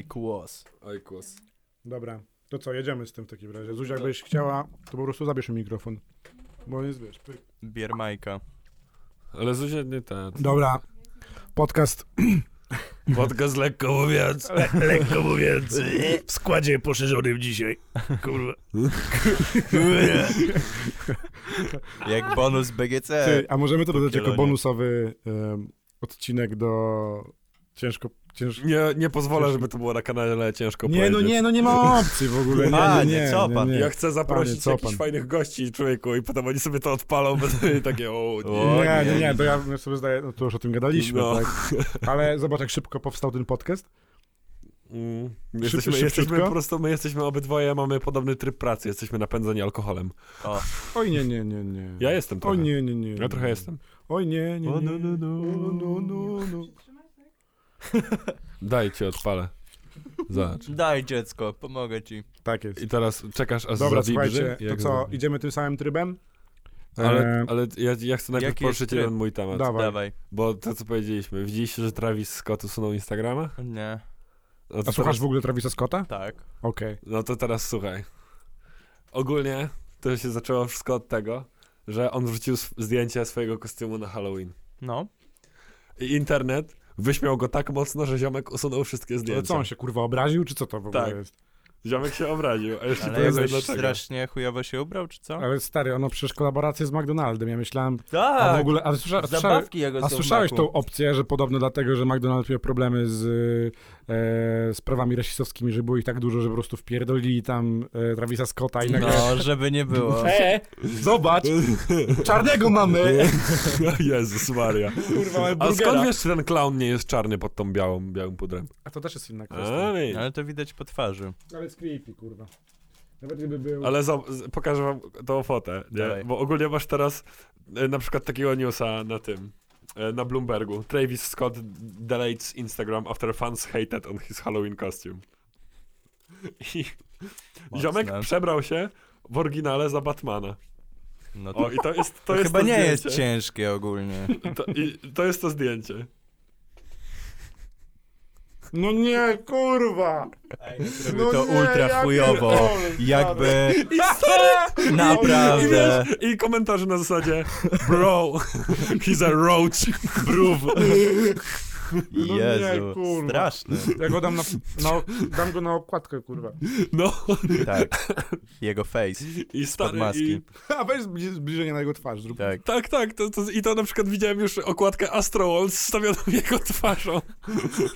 I kłos. Oj, kłos. Dobra, to co, jedziemy z tym w takim razie. Zuzia, jakbyś chciała, to po prostu zabierz mi mikrofon. Bo jest, wiesz, pyk. Biermajka. Ale Zuzia nie ten. Dobra, podcast. Podcast lekko mówiąc, le, lekko mówiąc, w składzie poszerzonym dzisiaj. Kurwa. Jak bonus BGC. E, Ty, a możemy to dodać jako Kielonie. bonusowy em, odcinek do ciężko, ciężko... Nie, nie pozwolę, żeby to było na kanale ciężko Nie, no powiedzieć. nie, no nie ma opcji w ogóle. A, Nie, no nie, nie, nie, co nie, pan? nie. Ja chcę zaprosić co jakichś pan? fajnych gości, człowieku, i potem oni sobie to odpalą, będą takie o nie. O, nie, nie, nie, to ja sobie zdaję, no to już o tym gadaliśmy, No. tak? Ale zobacz, jak szybko powstał ten podcast. Mm. Jesteśmy, szybciutko? jesteśmy po prostu, my jesteśmy obydwoje, mamy podobny tryb pracy, jesteśmy napędzeni alkoholem. Oj, nie, nie, nie, nie. Ja jestem Oj, trochę. nie, nie, nie. Ja trochę jestem. Oj, nie, nie, nie. O, no, no, no. O, no, no, no. Dajcie, odpalę. Zobacz. Daj dziecko, pomogę ci. Tak jest. I teraz czekasz, aż Dobra, zadibrzy, słuchajcie, to jak co, zadibrzy. idziemy tym samym trybem? Ale, E, ale ja, ja chcę najpierw Jaki jest poruszyć tryb? jeden mój temat. Dawaj. Dawaj. Bo to, co powiedzieliśmy, widzieliście, że Travis Scott usunął Instagrama? Nie, No to A teraz- słuchasz w ogóle Travisa Scotta? tak. Okej. No to teraz słuchaj. Ogólnie to się zaczęło wszystko od tego, że on wrzucił sw- zdjęcie swojego kostiumu na Halloween. No. I internet wyśmiał go tak mocno, że ziomek usunął wszystkie Ale zdjęcia. co, on się kurwa obraził, czy co to w ogóle Tak. jest? Ziomek się obraził, a jeszcze Ale nie wiem jakoś dlaczego. strasznie chujowo się ubrał, czy co? Ale stary, ono przecież kolaborację z McDonaldem, ja myślałem... A w Tak! ogóle, a, słysza, słyszałeś, Zabawki jego a są w słyszałeś maku. tą opcję, że podobno dlatego, że McDonald's miał problemy z e, sprawami rasistowskimi, że było ich tak dużo, że po prostu wpierdolili tam e, Travisa Scotta i nagle... No, żeby nie było. E, zobacz, czarnego mamy! Jezus Maria. Kurwa, mamy A burgera. skąd wiesz, czy ten clown nie jest czarny pod tą białą, białym pudrem? A to też jest inna kwestia. Ale, No, Ale to widać po twarzy. Ale jest creepy, kurwa. Nawet gdyby był... ale za, z- pokażę wam tą fotę, nie? Dawaj. bo ogólnie masz teraz e, na przykład takiego newsa na tym, e, na Bloombergu. Travis Scott deletes Instagram after fans hated on his Halloween costume. I Mocne. ziomek przebrał się w oryginale za Batmana. No to, O, i to jest to, to jest chyba to nie zdjęcie. jest ciężkie ogólnie. To, i, to jest to zdjęcie. No nie, kurwa! No By to ultra chujowo. Jakby I stary, I, naprawdę. wiesz, I komentarze na zasadzie Bro, he's a roach, brów. No nie, Jezu, kurwa. straszny. Ja go dam na, na, dam go na okładkę, kurwa. No Tak. Jego face. i stary, i, maski. A weź zbli- zbliżenie na jego twarz, zrób. Tak. tak, tak, to, to, i to na przykład widziałem już okładkę Astrowall stawioną jego twarzą.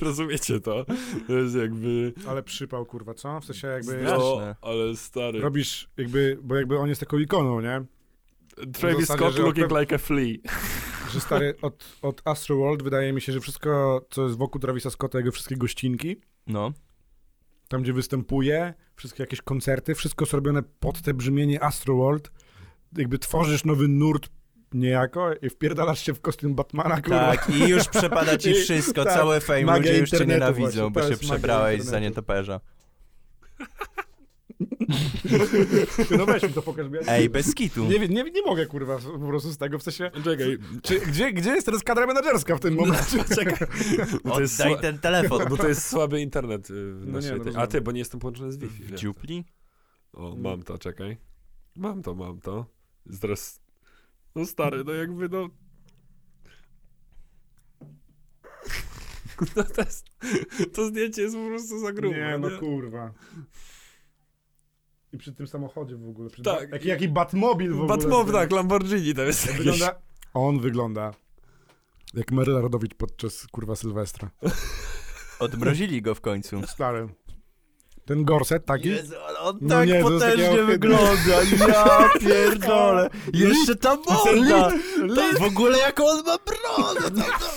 Rozumiecie to? To jest jakby... Ale przypał, kurwa, co? W sensie jakby... Straszne. No, ale stary. Robisz jakby, bo jakby on jest taką ikoną, nie? Travis zasadzie, Scott że looking pe- like a flea. Że stary, od, od Astro World wydaje mi się, że wszystko, co jest wokół Travisa Scotta, jego wszystkie gościnki, No. tam gdzie występuje, wszystkie jakieś koncerty, wszystko zrobione pod te brzmienie Astro World. Jakby tworzysz nowy nurt niejako i wpierdalasz się w kostium Batmana, kurwa. Tak, i już przepada ci I- wszystko, tak, całe fame. magia Ludzie już cię internetu nienawidzą, właśnie, to bo się jest magia przebrałeś za internetu. nietoperza. No weź mi to pokaż, bo ja Ej, bez kitu. nie, nie, nie mogę, kurwa, po prostu z tego, w sensie... Czekaj, Czy, gdzie, gdzie jest teraz kadra menedżerska w tym momencie? czekaj. Bo to jest, Oddaj sła... ten telefon. bo to jest słaby internet y, w No nie, naszej... no tej- A rozumiem. ty, bo nie jestem połączony z Wi-Fi. W nie? dziupli? O, Mm. mam to, czekaj. Mam to, mam to. Zaraz. No stary, no jakby no. No to, jest, to zdjęcie jest po prostu za grube. nie, no kurwa. I przy tym samochodzie w ogóle. Przy Tak. tak. Jaki, jaki Batmobil w ogóle. Batmob, tak, Lamborghini tam jest jakieś. Wygląda, on wygląda jak Maryla Rodowicz podczas, kurwa, Sylwestra. Odmrozili go w końcu. Stary. Ten gorset taki. Jezu, ale on No tak nie, to jest potężnie takie wygląda. Ja pierdolę. Jeszcze ta morda. Ta, w ogóle jak on ma brodę. to- to-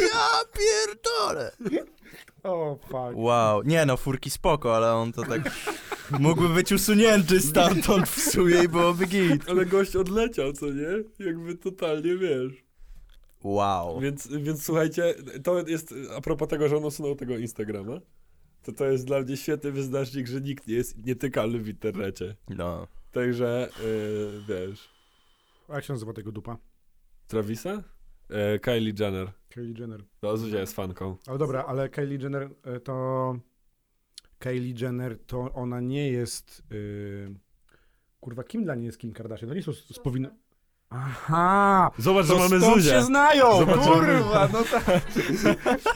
Ja pierdolę. O, fuck. Wow. Nie no, furki spoko, ale on to tak... Mógłby być usunięty stamtąd w sumie i byłoby git. Ale gość odleciał, co nie? Jakby totalnie wiesz. Wow. Więc, więc słuchajcie, to jest a propos tego, że on usunął tego Instagrama. To to jest dla mnie świetny wyznacznik, że nikt nie jest nietykalny w internecie. No. Także, yy, wiesz. A Jak się nazywa tego dupa? Travisa? E, Kylie Jenner. Kylie Jenner. To Zuzia jest fanką. Ale dobra, ale Kylie Jenner e, to... Kylie Jenner to ona nie jest... y, Kurwa, kim dla niej jest Kim Kardashian? To nie są z, z powinno... Aha! Zobacz, To że mamy stąd Zuzię. się znają! Zobacz, że mamy- kurwa, no tak.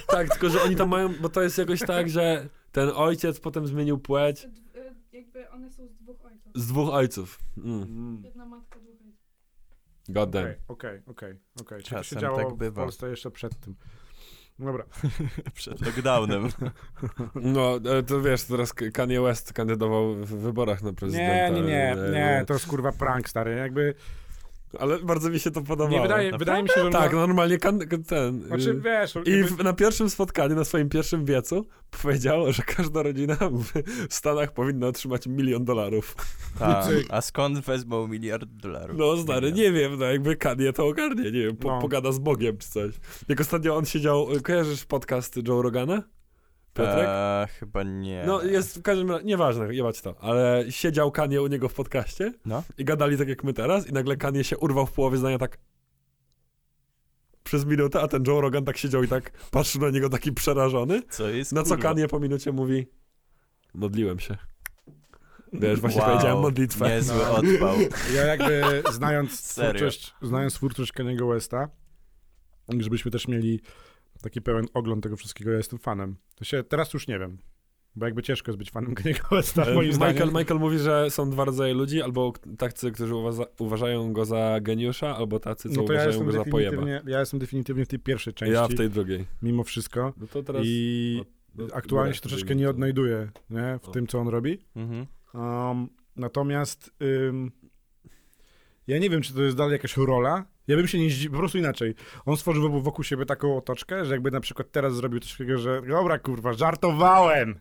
Tak, tylko że oni tam mają, bo to jest jakoś tak, że ten ojciec potem zmienił płeć D- y, Jakby one są z dwóch ojców. z dwóch ojców. Mm. Jedna matka, dwóch ojców. God damn. Okej, okej, okej, okej. Czy to się Czasem działo tak w bywa. Polsce jeszcze przed tym? Dobra. Przed lockdownem. No, e, to wiesz, teraz K- Kanye West kandydował w wyborach na prezydenta. Nie, nie, nie, E, No nie, to jest kurwa prank stary, jakby Ale bardzo mi się to podobało. nie wydaje, wydaje mi się, że Tak, normalnie kan- k- ten... znaczy y, wiesz, I jakby- w, na pierwszym spotkaniu, na swoim pierwszym wiecu powiedziało, że każda rodzina w Stanach powinna otrzymać milion dolarów. Tak. Cyk. A skąd wezmą miliard dolarów? No stary, nie wiem, no jakby Kanye to ogarnie, nie wiem, po, No. pogada z Bogiem czy coś. Jak ostatnio on siedział, y, kojarzysz podcast Joe Rogana? Piotrek? E, Eee, chyba nie. No jest w każdym razie, nieważne, jebać to, ale siedział Kanie u niego w podcaście No. i gadali tak jak my teraz i nagle Kanie się urwał w połowie zdania tak przez minutę, a ten Joe Rogan tak siedział i tak patrzył na niego taki przerażony, Co jest? na co kurwa? Kanie po minucie mówi modliłem się. Wiesz, właśnie Wow, powiedziałem modlitwę. No. Niezły odpał. ja jakby znając Serio. twórczość, znając twórczość Kaniego Westa, żebyśmy też mieli taki pełen ogląd tego wszystkiego, ja jestem fanem. To się teraz już nie wiem, bo jakby ciężko jest być fanem Kaniego Westa, E, moim Michael, zdaniem. Michael mówi, że są dwa rodzaje ludzi, albo tacy, którzy uwaza- uważają go za geniusza, albo tacy, co No to ja uważają jestem, go za pojeba. definitywnie, ja jestem definitywnie w tej pierwszej części, Ja w tej drugiej. mimo wszystko. No to teraz... I no, aktualnie się dobra, troszeczkę wyjmij nie to. odnajduję nie, w O. tym, co on robi. Mhm. Um, natomiast ym, ja nie wiem, czy to jest dalej jakaś rola. Ja bym się nie zdziwił, po prostu inaczej. On stworzył wokół- wokół siebie taką otoczkę, że jakby na przykład teraz zrobił coś takiego, że dobra kurwa, żartowałem,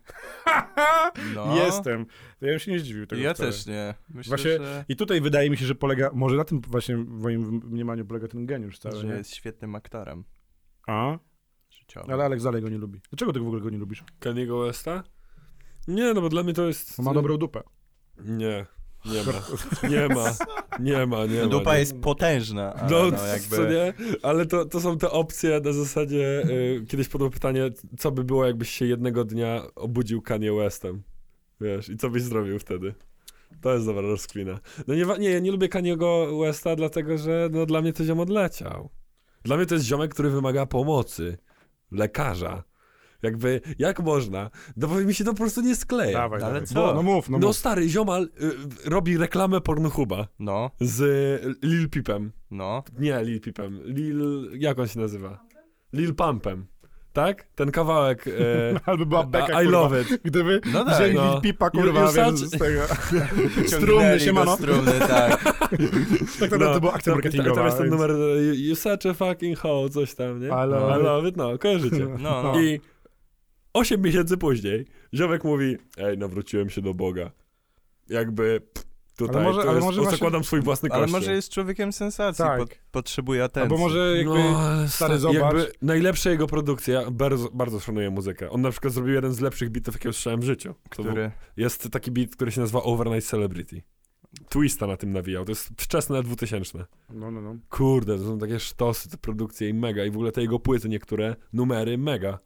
No. jestem. To ja bym się nie zdziwił tego Ja wcale. też nie. Myślę, Właśnie- że, I tutaj wydaje mi się, że polega, może na tym właśnie w moim mniemaniu polega ten geniusz cały, że nie? jest świetnym aktorem A? życiowym. Ale Alex dalej go nie lubi. Dlaczego ty w ogóle go nie lubisz? Kaniego Westa? Nie, no bo dla mnie to jest... On ma dobrą dupę. Nie, nie No, ma. Nie ma, nie ma, nie ma. Dupa nie. jest potężna, ale No, no, c- jakby... co nie? Ale to, to są te opcje na zasadzie... y, kiedyś padło pytanie, co by było, jakbyś się jednego dnia obudził Kanye Westem? Wiesz, i co byś zrobił wtedy? To jest dobra rozkwina. No nie, wa- nie, ja nie lubię Kaniego Westa, dlatego że no, dla mnie to ziom odleciał. Dla mnie to jest ziomek, który wymaga pomocy. Lekarza. Jakby, jak można? No bo mi się to po prostu nie skleja. Dawaj, ale dawaj. co? No mów, no, No, mów. stary, ziomal y, robi reklamę Pornhuba No, z y, Lil Pipem. no. Nie Lil Pipem, Lil... jak on się nazywa? Lil Pumpem. Tak? Ten kawałek... Y, Albo była beka, I kurwa. love it. Gdyby No no tak, wzięli no. pipa, You- kurwa, you wiesz, such- z tego. Ciągnęli Strumny, go siemano. Strumny, tak. Tak naprawdę No, to był akcja marketingowa. Tam jest ten więc- numer y, You such a fucking hoe, coś tam, nie? I I love it. love it, no, kojarzycie. No, No. I 8 miesięcy później ziomek mówi, ej, nawróciłem się do Boga. Jakby pff, tutaj, Ale może- to ale jest, może właśnie- zakładam swój własny kościół. ale może jest człowiekiem sensacji, Tak. po, potrzebuje atencji. Albo może jakby... ale sta- stary, zobacz. Jakby najlepsza jego produkcja, ja bardzo, bardzo szanuję muzykę. On na przykład zrobił jeden z lepszych bitów, jakie słyszałem w życiu. To był, Który... jest taki beat, który się nazywa Overnight Celebrity. Twista na tym nawijał, to jest wczesne 2000. No, no, no. Kurde, to są takie sztosy, te produkcje i mega. I w ogóle te jego płyty niektóre, numery mega.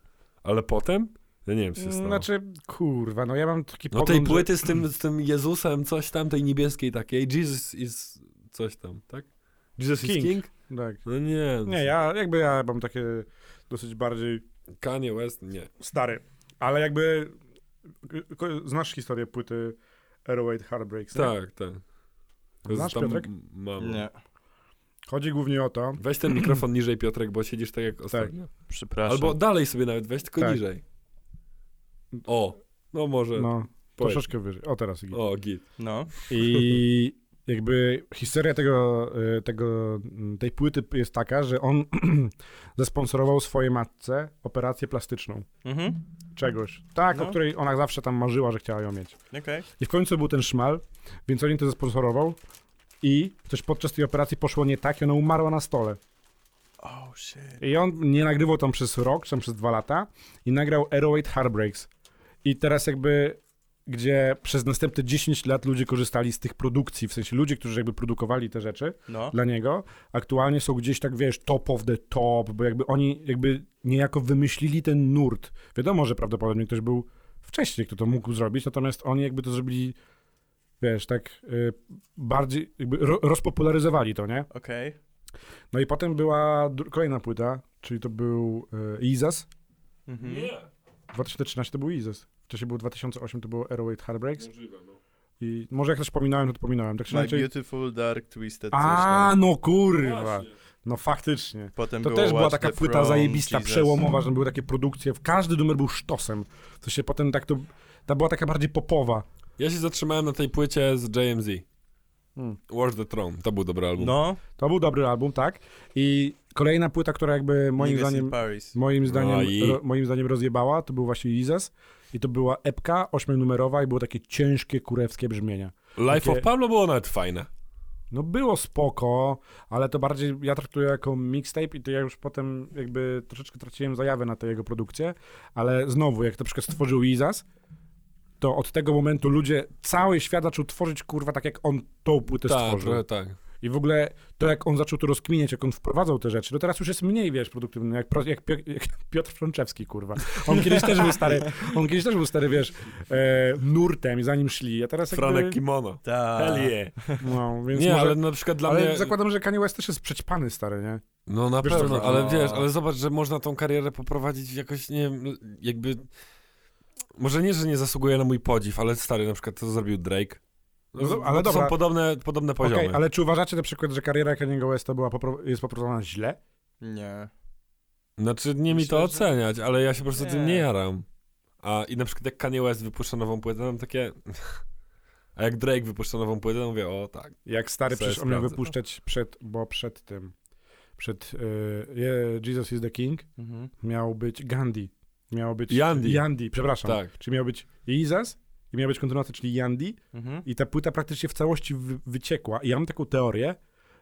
Ale potem? Ja nie wiem, co się stało. Znaczy, kurwa, no ja mam taki No tej pogląd, że- płyty z tym, z tym Jezusem, coś tam, tej niebieskiej takiej, Jesus is coś tam, tak? Jesus is King. King? Tak. No nie. Nie, ja jakby ja mam takie dosyć bardziej Kanye West, nie. stary, ale jakby ko- znasz historię płyty Aeroid Heartbreaks. nie? Tak, tak. To Znasz, tam Piotrek? m- Mam. Nie, Chodzi głównie o to, Weź ten mikrofon niżej, Piotrek, bo siedzisz tak jak ostatnio. przepraszam. Albo dalej sobie nawet weź, tylko Tak. niżej. O, no może. no, powiedz. troszeczkę wyżej. O, teraz Igi. O, git. No, I jakby historia tego, y, tego, mm, tej płyty jest taka, że on zasponsorował swojej matce operację plastyczną. mhm, Czegoś. Tak, No. o której ona zawsze tam marzyła, że chciała ją mieć. okej. I w końcu był ten szmal, więc on jej to zasponsorował i coś podczas tej operacji poszło nie tak i ona umarła na stole. Oh shit. I on nie nagrywał tam przez rok, czy tam przez dwa lata i nagrał Aeroid Heartbreaks. I teraz jakby gdzie przez następne 10 lat ludzie korzystali z tych produkcji, w sensie ludzie, którzy jakby produkowali te rzeczy No. dla niego, aktualnie są gdzieś tak, wiesz, top of the top, bo jakby oni jakby niejako wymyślili ten nurt. Wiadomo, że prawdopodobnie ktoś był wcześniej, kto to mógł zrobić, natomiast oni jakby to zrobili, wiesz, tak y, bardziej, jakby ro, rozpopularyzowali to, nie? Okej. No i potem była dru- kolejna płyta, czyli to był y, Izas. Mhm. 2013 to był Izas. Wcześniej był 2008, to było Aeroweight Heartbreaks. Możliwe, no. I może jak też pominąłem, to to pominąłem. Tak czy My inaczej... Beautiful Dark Twisted coś A, tam. no kurwa. No faktycznie. Potem To było też była Watch taka the płyta Throne, zajebista, Jesus. przełomowa, że były takie produkcje. Każdy numer był sztosem. To się potem tak to... Ta była taka bardziej popowa. Ja się zatrzymałem na tej płycie z JMZ. Hmm. Watch the Throne, to był dobry album. No, To był dobry album, tak? I kolejna płyta, która jakby moim Niggas in zdaniem... Paris. Moim zdaniem, No i- ro, moim zdaniem rozjebała, to był właśnie Izas. I to była epka ośmionumerowa i było takie ciężkie, kurewskie brzmienia. Life Takie- of Pablo było nawet fajne. No było spoko, ale to bardziej ja traktuję jako mixtape i to ja już potem jakby troszeczkę traciłem zajawę na te jego produkcje, ale znowu, jak na przykład stworzył Izas, to od tego momentu ludzie, cały świat zaczął tworzyć kurwa tak jak on tą płytę Tak, stworzył. trochę tak. I w ogóle to, jak on zaczął to rozkminiać, jak on wprowadzał te rzeczy, no teraz już jest mniej, wiesz, produktywny, jak, pro- jak, Pio- jak Piotr Frączewski, kurwa. On kiedyś też był stary, on kiedyś też był stary, wiesz, e, nurtem, zanim szli, a teraz jakby... Franek Kimono. Ta. Hell yeah. No, więc Nie, może, ale na przykład dla ale mnie... zakładam, że Kanye West też jest przećpany, stary, nie? No na Wiesz, co pewno, chodzi? ale No. wiesz, ale zobacz, że można tą karierę poprowadzić jakoś, nie wiem, jakby... Może nie, że nie zasługuje na mój podziw, ale stary, na przykład to zrobił Drake. No do- Bo ale to dobra. są podobne, podobne poziomy. Okej, ale czy uważacie na przykład, że kariera Kanye'ego Westa była popro- jest poprowadzona źle? Nie. Znaczy, nie mi Myślę, to że- oceniać, ale ja się po prostu Nie. tym nie jaram. A i na przykład jak Kanye West wypuszcza nową płytę, mam takie... A jak Drake wypuszcza nową płytę, to mówię, o tak. Jak stary, Co przecież ja on miał sprawdzę? wypuszczać przed, bo przed tym, przed y, Je- Jesus is the King, Mhm. miał być Gandhi, miał być... Yandi. Yandi, przepraszam. Tak. Czyli miał być Izas i miała być kontynuacja, czyli Yandi. Mhm. I ta płyta praktycznie w całości wy- wyciekła. I ja mam taką teorię,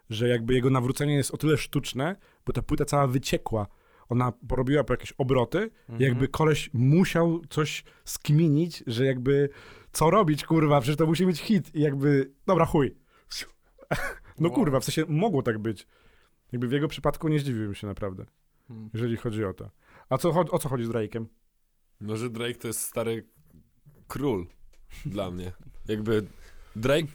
że jakby jego nawrócenie jest o tyle sztuczne, bo ta płyta cała wyciekła. Ona porobiła po jakieś obroty, Mhm. i jakby koleś musiał coś skminić, że jakby co robić, kurwa, przecież to musi mieć hit. I jakby, dobra, chuj. No Wow. kurwa, w sensie mogło tak być. Jakby w jego przypadku nie zdziwiłbym się naprawdę, Mhm. jeżeli chodzi o to. A co, cho- o co chodzi z Drake'em? No, że Drake to jest stary król dla mnie. Jakby Drake,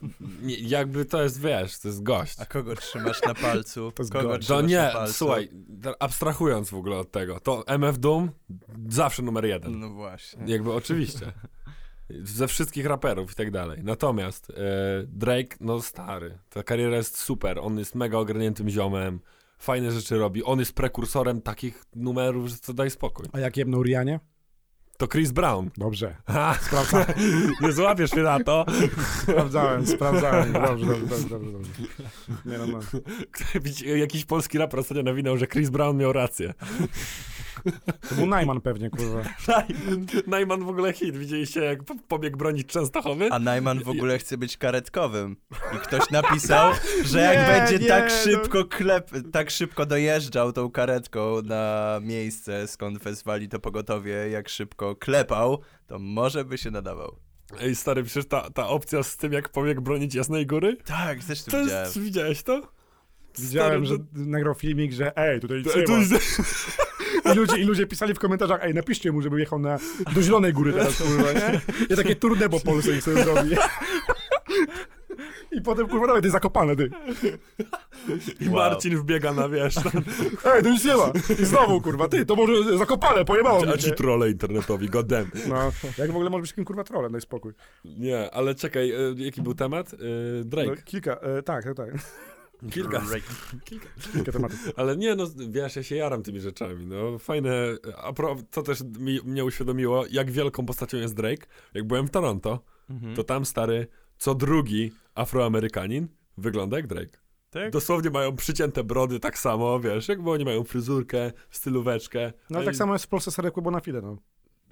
nie, jakby to jest, wiesz, to jest gość. A kogo trzymasz na palcu? To jest kogo gość. To trzymasz na No nie, palcu? słuchaj, da- abstrahując w ogóle od tego, to MF Doom zawsze numer jeden. No właśnie. Jakby oczywiście. Ze wszystkich raperów i tak dalej. Natomiast e, Drake, no stary, ta kariera jest super, on jest mega ogarniętym ziomem, fajne rzeczy robi, on jest prekursorem takich numerów, że co daj spokój. A jak jebną Rianie? To Chris Brown. Dobrze. Ha, nie złapiesz mnie na to. Sprawdzałem, sprawdzałem. Dobrze, dobrze, dobrze. dobrze, dobrze. Nie, no, no. Jakiś polski raper ostatnio nawinął, że Chris Brown miał rację. To był Najman pewnie, kurwa. Naj- Najman w ogóle hit. Widzieliście, jak po- pobiegł bronić Częstochowy? A Najman w ogóle chce być karetkowym. I ktoś napisał, że jak Nie, będzie nie, tak no. szybko klep, tak szybko dojeżdżał tą karetką na miejsce, skąd wezwali to pogotowie, jak szybko klepał, to może by się nadawał. Ej, stary, przecież ta, ta opcja z tym, jak pobiegł bronić Jasnej Góry? Tak, zresztą To widziałem. jest, widziałeś to? Widziałem, że Stary, nagrał filmik, że ej, tutaj to- nic nie to ma. jest- I ludzie, I ludzie pisali w komentarzach, ej, napiszcie mu, żeby jechał na, do Zielonej Góry teraz, kurwa, nie? Ja takie tournée po Polsce niech sobie zrobi. I potem, kurwa, nawet jest zakopane, ty. I Wow. Marcin wbiega na wiesz. na- Ej, to nic nie ma. I znowu, kurwa, ty, to może zakopane, pojebało mnie. A ci trole internetowi, godem. No, jak w ogóle może być takim, kurwa, trolem, daj spokój. Nie, ale czekaj, e, jaki był temat? E, No, Drake. kilka, e, tak, tak, tak, Kilka. kilka tematów. Ale nie, no wiesz, ja się jaram tymi rzeczami, no fajne, a pro, to też mi, mnie uświadomiło, jak wielką postacią jest Drake. Jak byłem w Toronto, Mhm. to tam stary, co drugi afroamerykanin wygląda jak Drake. Tak? Dosłownie mają przycięte brody tak samo, wiesz, jakby oni mają fryzurkę, stylóweczkę. No, Oni- tak samo jest w Polsce Serek na Fide, no.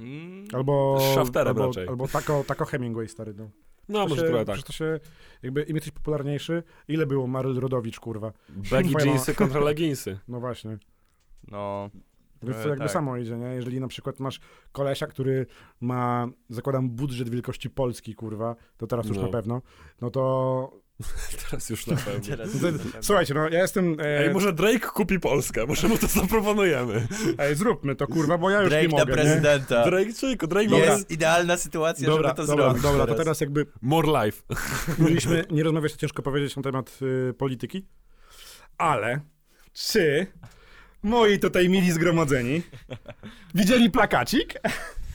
Mm. Albo, Z Shafterem albo, raczej. albo tako, tako Hemingway, stary, no. No, To może się- trochę tak. przecież To się, jakby im jesteś popularniejszy, ile było Maryl Rodowicz, kurwa? Baggy Twoja mama. jeansy kontra leginsy. No właśnie. No, Więc to Trochę jakby tak. samo idzie, nie? Jeżeli na przykład masz kolesia, który ma, zakładam, budżet wielkości Polski, kurwa, to teraz już No. na pewno, no to... Teraz już na pewno. Teraz Słuchajcie, no ja jestem... E, Ej, może Drake kupi Polskę, może mu to zaproponujemy. ej, zróbmy to, kurwa, bo ja już Drake nie na mogę, nie? prezydenta. Drake, czujku, Drake Dobra. jest... Jest idealna sytuacja, Dobra, żeby to dobra, zrobić. dobra, to teraz. teraz jakby More life. mieliśmy nie rozmawiać, to ciężko powiedzieć na temat y, polityki, ale czy moi tutaj mili zgromadzeni widzieli plakacik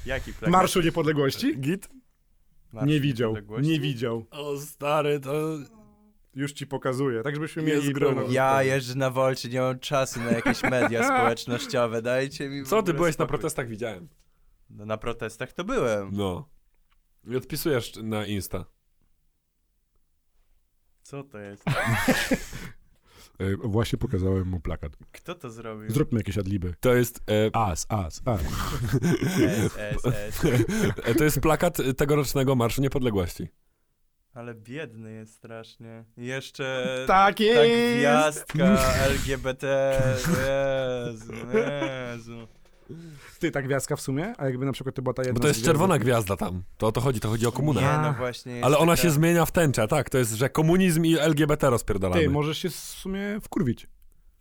Jaki plan? Marszu Niepodległości? Git? Marsz nie widział, Niepodległości? nie widział. O stary, to... Już ci pokazuję, tak żebyśmy Jest mieli grono. pełną- Ja jeżdżę na wolcie, nie mam czasu na jakieś media społecznościowe, dajcie mi w Co, ty ogóle byłeś na spokój. protestach, widziałem. No, na protestach to byłem. No. I odpisujesz na Insta. Co to jest? E, Właśnie pokazałem mu plakat. Kto to zrobił? Zróbmy jakieś adliby. To jest... E, As, as, as. S, S, S. e, to jest plakat tegorocznego Marszu Niepodległości. Ale biedny jest strasznie. I Jeszcze Tak ta jest! gwiazdka LGBT. Jezu, Jezu. Ty, ta gwiazdka w sumie? A jakby na przykład to była ta jedna Bo to jest z gwiazd- czerwona gwiazda tam. To o to chodzi, to chodzi o komunę. Nie, no właśnie. jest Ale ona się taka- zmienia w tęczę, tak. To jest, że komunizm i LGBT rozpierdalamy. Ty, możesz się w sumie wkurwić.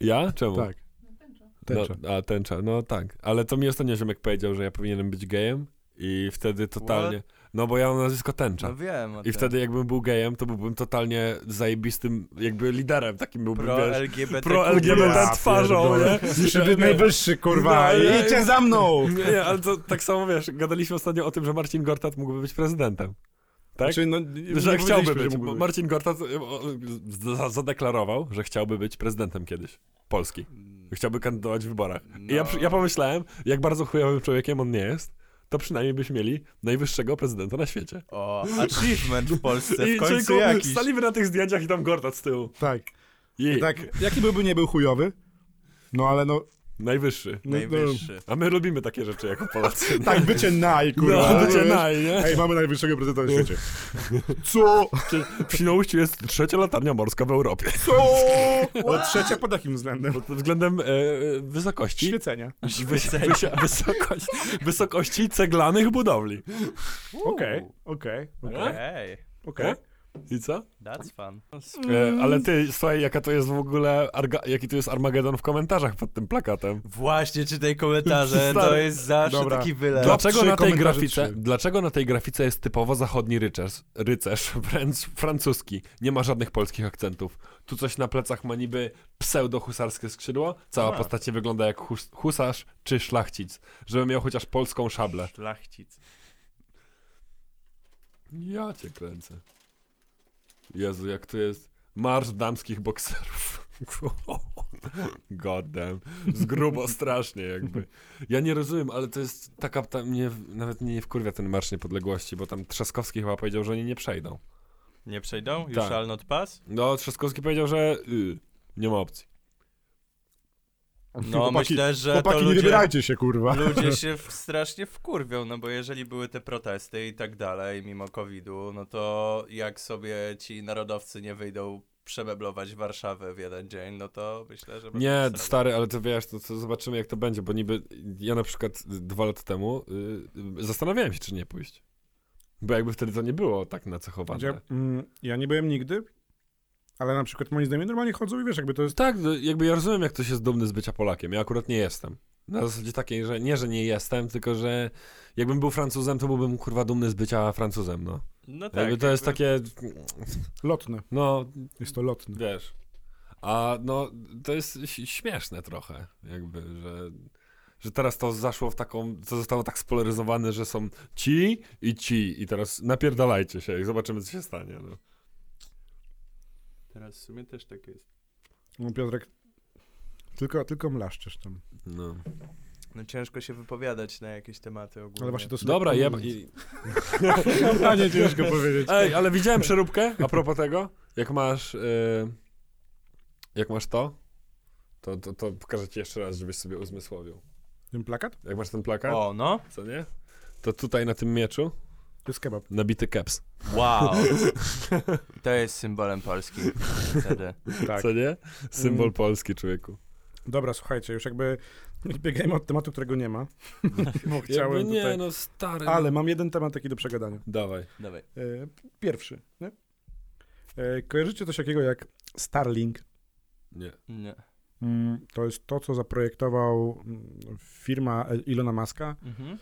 Ja? Czemu? Tak, No, tęcza. tęcza. No, a tęcza, no tak. Ale to mi ostatnio ziomek powiedział, że ja powinienem być gejem i wtedy totalnie... No bo ja mam nazwisko tęcza. No wiem. o I tym. wtedy jakbym był gejem, to byłbym totalnie zajebistym jakby liderem, takim byłbym, Pro wiesz, LGBT. pro-LGBT Ja twarzą, pierdolę. nie? Żeby najwyższy, kurwa, No, ja- idźcie za mną! Nie, Nie, ale to tak samo, wiesz, gadaliśmy ostatnio o tym, że Marcin Gortat mógłby być prezydentem. Tak? Znaczy, no, że chciałby być. że bo mógłby być. Marcin Gortat y, o, z- za- zadeklarował, że chciałby być prezydentem kiedyś. Polski. Chciałby kandydować w wyborach. I ja, No. przy- ja pomyślałem, jak bardzo chujowym człowiekiem on nie jest, to przynajmniej byśmy mieli najwyższego prezydenta na świecie. O, achievement w Polsce I w końcu człowieku, jakiś. staliby na tych zdjęciach i tam Gortat z tyłu. Tak, I tak. Jaki byłby nie był chujowy? No ale no... najwyższy. no, Najwyższy. A my lubimy takie rzeczy jako Polacy. no tak, bycie naj, kurwa. no, bycie rozumiesz? naj, nie? Ej, mamy najwyższego prezydenta na świecie. Co? Czy- W Świnoujściu jest trzecia latarnia morska w Europie. Co? O trzecia pod jakim względem? Pod względem e, e, wysokości. Świecenia. Wys, wysi- wysokość, wysokości ceglanych budowli. Okej, okej, No. okej, Ej, okej. I co? that's fun. E, ale ty, słuchaj, jaka to jest w ogóle, arga, jaki to jest Armagedon w komentarzach pod tym plakatem. Właśnie czytaj komentarze, to Stary. jest zawsze Dobra. taki wylew. Dla- Dlaczego trzy na, tej komentarze grafice, trzy. dlaczego na tej grafice jest typowo zachodni rycerz, rycerz wręcz francuski? Nie ma żadnych polskich akcentów. Tu coś na plecach ma niby pseudo-husarskie skrzydło, cała A. postać nie wygląda jak hus- husarz czy szlachcic, żeby miał chociaż polską szablę. Szlachcic. Ja cię kręcę. Jezu, jak to jest marsz damskich bokserów. God damn. Z grubo strasznie jakby. Ja nie rozumiem, ale to jest taka... Ta, mnie w- nawet mnie nie wkurwia ten marsz niepodległości, bo tam Trzaskowski chyba powiedział, że oni nie przejdą. Nie przejdą? You Tak. shall not pass? No, Trzaskowski powiedział, że y, nie ma opcji. No myślę, że to Chłopaki, nie ludzie, wybierajcie się, kurwa. ludzie się w, strasznie wkurwią, no bo jeżeli były te protesty i tak dalej, mimo COVID-u, no to jak sobie ci narodowcy nie wyjdą przemeblować Warszawy w jeden dzień, no to myślę, że... będą Nie, srabi. stary, ale to wiesz, to, to zobaczymy jak to będzie, bo niby ja na przykład dwa lata temu y, y, zastanawiałem się, czy nie pójść. Bo jakby wtedy to nie było tak nacechowane. Ja, mm, ja nie byłem nigdy, ale na przykład moi znajomi normalnie chodzą i wiesz, jakby to jest... Tak, no, jakby ja rozumiem, jak ktoś jest dumny z bycia Polakiem. Ja akurat nie jestem. Na zasadzie takiej, że nie, że nie jestem, tylko że jakbym był Francuzem, to byłbym kurwa dumny z bycia Francuzem, no. No tak. jakby to jest takie, Lotne. no, Jest to lotne. wiesz. A no, to jest ś- śmieszne trochę, jakby, że, że teraz to zaszło w taką, to zostało tak spolaryzowane, że są ci i ci i teraz napierdalajcie się i zobaczymy, co się stanie, no. Teraz w sumie też tak jest. No Piotrek, tylko, tylko mlaszczysz tam. no. No ciężko się wypowiadać na jakieś tematy ogólnie. Ale właśnie to są... Dobra, ja... A nie ciężko powiedzieć. Ej, ale widziałem przeróbkę a propos tego. Jak masz. y, jak masz to, to, to, to pokażę ci jeszcze raz, żebyś sobie uzmysłowił. Ten plakat? Jak masz ten plakat, O, no. co nie? To tutaj na tym mieczu To jest kebab. nabity caps, Wow. To jest symbolem Polski. Wtedy. Tak. co nie? Symbol Mm. polski, człowieku. Dobra, słuchajcie, już jakby Biegajmy od tematu, którego nie ma. Bo Jakby chciałem nie, tutaj. no stary. no. Ale mam jeden temat taki do przegadania. Dawaj. Dawaj. E, pierwszy. Nie? E, kojarzycie coś takiego jak Starlink? Nie. Nie. Mm, To jest to, co zaprojektował mm, firma Ilona Maska. Mhm.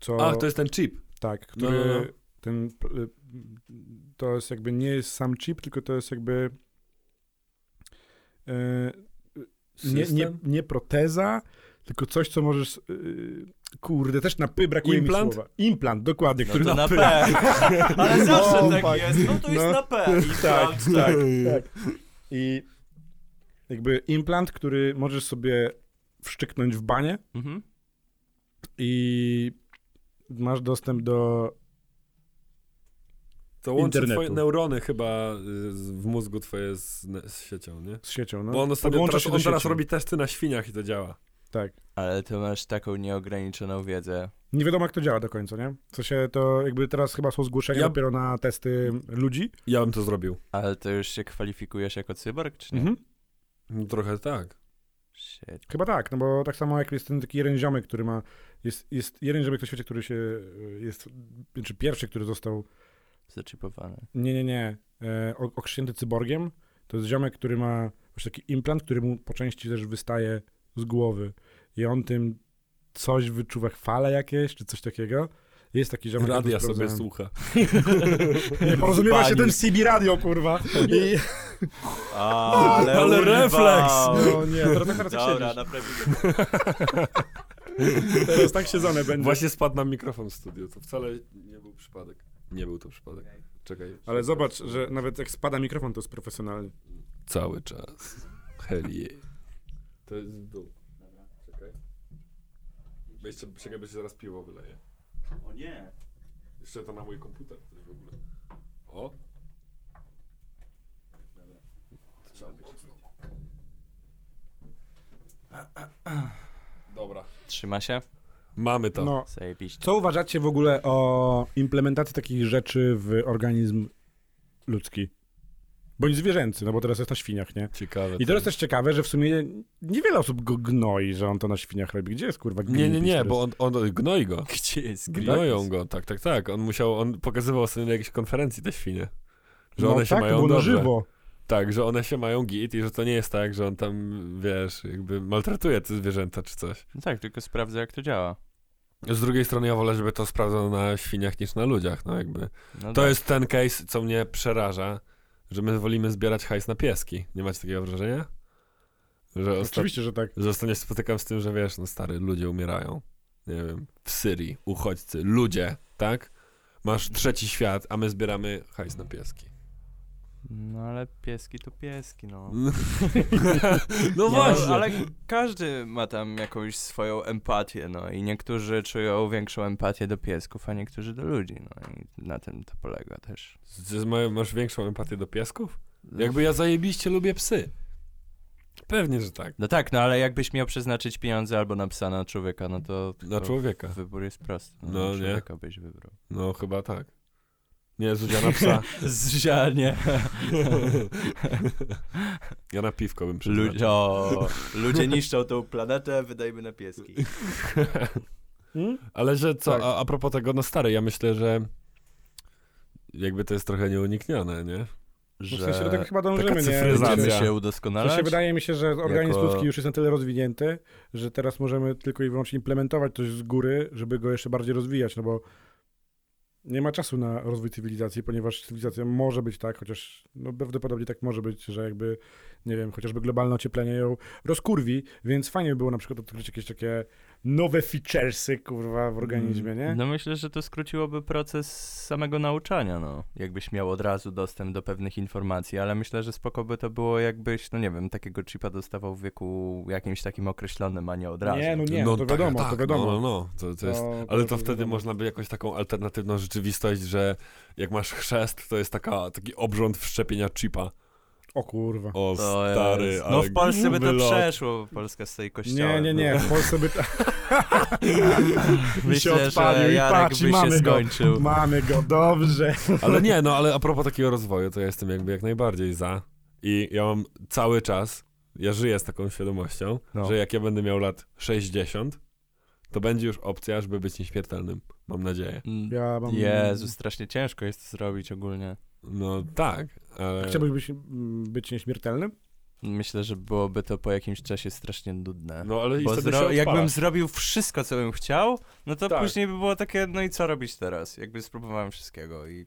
Co, Ach, to jest ten chip. Tak, No, który... no, no. Ten, y, to jest jakby nie jest sam chip, tylko to jest jakby... e, nie, nie, System? nie proteza, tylko coś, co możesz. Yy, kurde, też na py brakuje Implant? mi słowa. Implant, dokładnie, No który to na na py. P. Ale zawsze No, tak tak. jest. No to jest No. na P. I tak, Tak, tak. I jakby implant, który możesz sobie wszczyknąć w banie Mhm. i masz dostęp do. To łączy internetu. twoje neurony chyba y, z- w mózgu twoje z, z siecią, nie? z siecią. No. Bo on, ostatnio Podłącza teraz, się do on teraz sieci. robi testy na świniach i to działa. Tak. Ale ty masz taką nieograniczoną wiedzę. Nie wiadomo, jak to działa do końca, nie? W sensie to jakby teraz chyba są zgłoszenia Ja- dopiero na testy ludzi. Ja bym to zrobił. Ale to już się kwalifikujesz jako cyborg, czy nie? Mhm. No, trochę tak. Shit. Chyba tak, no bo tak samo jak jest ten taki jeden ziomek, który ma, jest, jest jeden ziomek na świecie, który się, y, jest, czy pierwszy, który został, Zaczipowany. nie, nie, nie, e, o- okrzyknięty cyborgiem, to jest ziomek, który ma właśnie taki implant, który mu po części też wystaje z głowy i on tym coś wyczuwa, fale jakieś, czy coś takiego. Jest taki ziomek, ja to Radia sobie sprawdzałem. słucha. Nie porozumiewa się Panie. ten CB radio, kurwa. I, Ale, Ale urwał. refleks! no nie, teraz, teraz, tak Dobra, siedzisz, naprawdę. teraz tak siedzone będzie. Właśnie spadł nam mikrofon w studiu. To wcale nie był przypadek. Nie był to przypadek. Czekaj. Ale zobacz, że nawet jak spada mikrofon, to jest profesjonalnie. Cały czas. Hell yeah. To jest w dół. Czekaj. Bo Jeszcze, czekaj, bo się zaraz piwo wyleje. O nie. Jeszcze to na mój komputer to jest w ogóle. O! Trzeba było znowu. Dobra. Trzyma się? Mamy to. No, Zajebiście. Co uważacie w ogóle o implementacji takich rzeczy w organizm ludzki? Bądź zwierzęcy, no bo teraz jest na świniach, nie? Ciekawe. I to jest też ciekawe, że w sumie niewiele osób go gnoi, że on to na świniach robi. Gdzie jest kurwa Nie, nie, nie, Greenpeace bo on, on gnoi go. Gdzie jest Gnoją go, tak, tak, tak. On musiał, on pokazywał ostatnio na jakiejś konferencji te świnie. teraz? Że no, one się tak, to mają było na dobrze. żywo. Tak, że one się mają git i że to nie jest tak, że on tam, wiesz, jakby maltretuje te zwierzęta czy coś. No tak, tylko sprawdzę jak to działa. Z drugiej strony ja wolę, żeby to sprawdzano na świniach niż na ludziach, no jakby. No To tak. jest ten case, co mnie przeraża, że my wolimy zbierać hajs na pieski. Nie macie takiego wrażenia? Że, osta- Oczywiście, że tak. że ostatnio się spotykam z tym, że wiesz, no stary, ludzie umierają. Nie wiem, w Syrii, uchodźcy, ludzie, tak? Masz trzeci świat, a my zbieramy hajs na pieski. No ale pieski to pieski, no. no Nie, właśnie. ale każdy ma tam jakąś swoją empatię, no i niektórzy czują większą empatię do piesków, a niektórzy do ludzi, no i na tym to polega też. Z- ma- Masz większą empatię do piesków? Jakby ja zajebiście lubię psy. Pewnie, że tak. No tak, no ale jakbyś miał przeznaczyć pieniądze albo na psa, na człowieka, no to, to Dla człowieka. wybór jest prosty. No na nie. Człowieka byś wybrał. No chyba tak. Nie, Zuzia na psa. Zzianie. Ja na piwko bym Ludzie, przeznaczył. o, ludzie niszczą tą planetę, wydajmy na pieski. Hmm? Ale że co, Tak. a, a propos tego, no stary, ja myślę, że jakby to jest trochę nieuniknione, nie? Że No w sensie do tego chyba taka dążymy, nie? cyfryzacja. będziemy Racja. się W sensie udoskonalać. wydaje mi się, że organizm Jako- ludzki już jest na tyle rozwinięty, że teraz możemy tylko i wyłącznie implementować coś z góry, żeby go jeszcze bardziej rozwijać, no bo nie ma czasu na rozwój cywilizacji, ponieważ cywilizacja może być tak, chociaż no prawdopodobnie tak może być, że jakby, nie wiem, chociażby globalne ocieplenie ją rozkurwi, więc fajnie by było na przykład odkryć jakieś takie nowe featuresy, kurwa, w organizmie, Mm, nie? No myślę, że to skróciłoby proces samego nauczania, no. Jakbyś miał od razu dostęp do pewnych informacji, ale myślę, że spoko by to było jakbyś, no nie wiem, takiego chipa dostawał w wieku jakimś takim określonym, a nie od razu. Nie, no nie, no, to tak, wiadomo, tak, to wiadomo. No, no, no. To, to jest Ale to wtedy można by jakąś taką alternatywną rzeczywistość, że jak masz chrzest, to jest taka, taki obrząd wszczepienia chipa. O kurwa. O To stary, jest- ale No w Polsce by to gruby lot. przeszło, bo Polska stoi kościołem. Nie, nie, nie, w Polsce by... Myślę, się odpalił że i Jarek patrz, i by się mamy go. skończył. Mamy go, dobrze. Ale nie, no ale a propos takiego rozwoju, to ja jestem jakby jak najbardziej za. I ja mam cały czas ja żyję z taką świadomością, No. że jak ja będę miał lat 60, to będzie już opcja, żeby być nieśmiertelnym. Mam nadzieję. Ja mam... Mm, Jezu, strasznie ciężko jest to zrobić ogólnie. No tak, ale... Chciałbyś być, mm, być nieśmiertelnym? Myślę, że byłoby to po jakimś czasie strasznie nudne. No ale i Bo wtedy zro- się jakbym odpalasz. zrobił wszystko, co bym chciał, no to Tak. później by było takie, no i co robić teraz? Jakby spróbowałem wszystkiego i...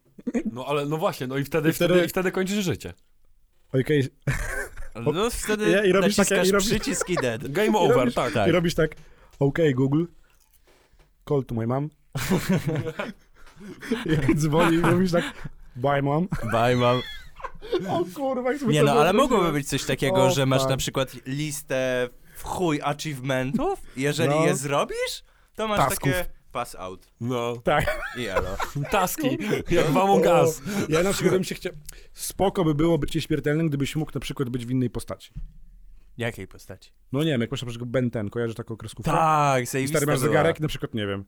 No ale no właśnie, no i wtedy, I wtedy- wtedy, i wtedy kończysz życie. Okej, No wtedy Ja- i robisz takie- naciskasz i robisz- przycisk i dead. Game over, robisz- tak. i robisz tak, okej Google, call to my mom. I dzwoni i mówisz tak, bye mom. Bye, mam. O kurwa, jak sobie Nie to no, ale wyobraziłem. mogłoby być coś takiego, O, że masz tak. na przykład listę w chuj achievementów, jeżeli No. je zrobisz, to masz Tasków. takie pass out No, i elo. taski, jak w No. Among Us. Tak. Ja na przykład bym się chciał... Spoko by było być nieśmiertelnym, gdybyś mógł na przykład być w innej postaci. Jakiej postaci? No nie wiem, jak masz na przykład Ben Ten, kojarzysz taką kreskówkę? Tak, I zajebista Stary masz była. zegarek, na przykład, nie wiem.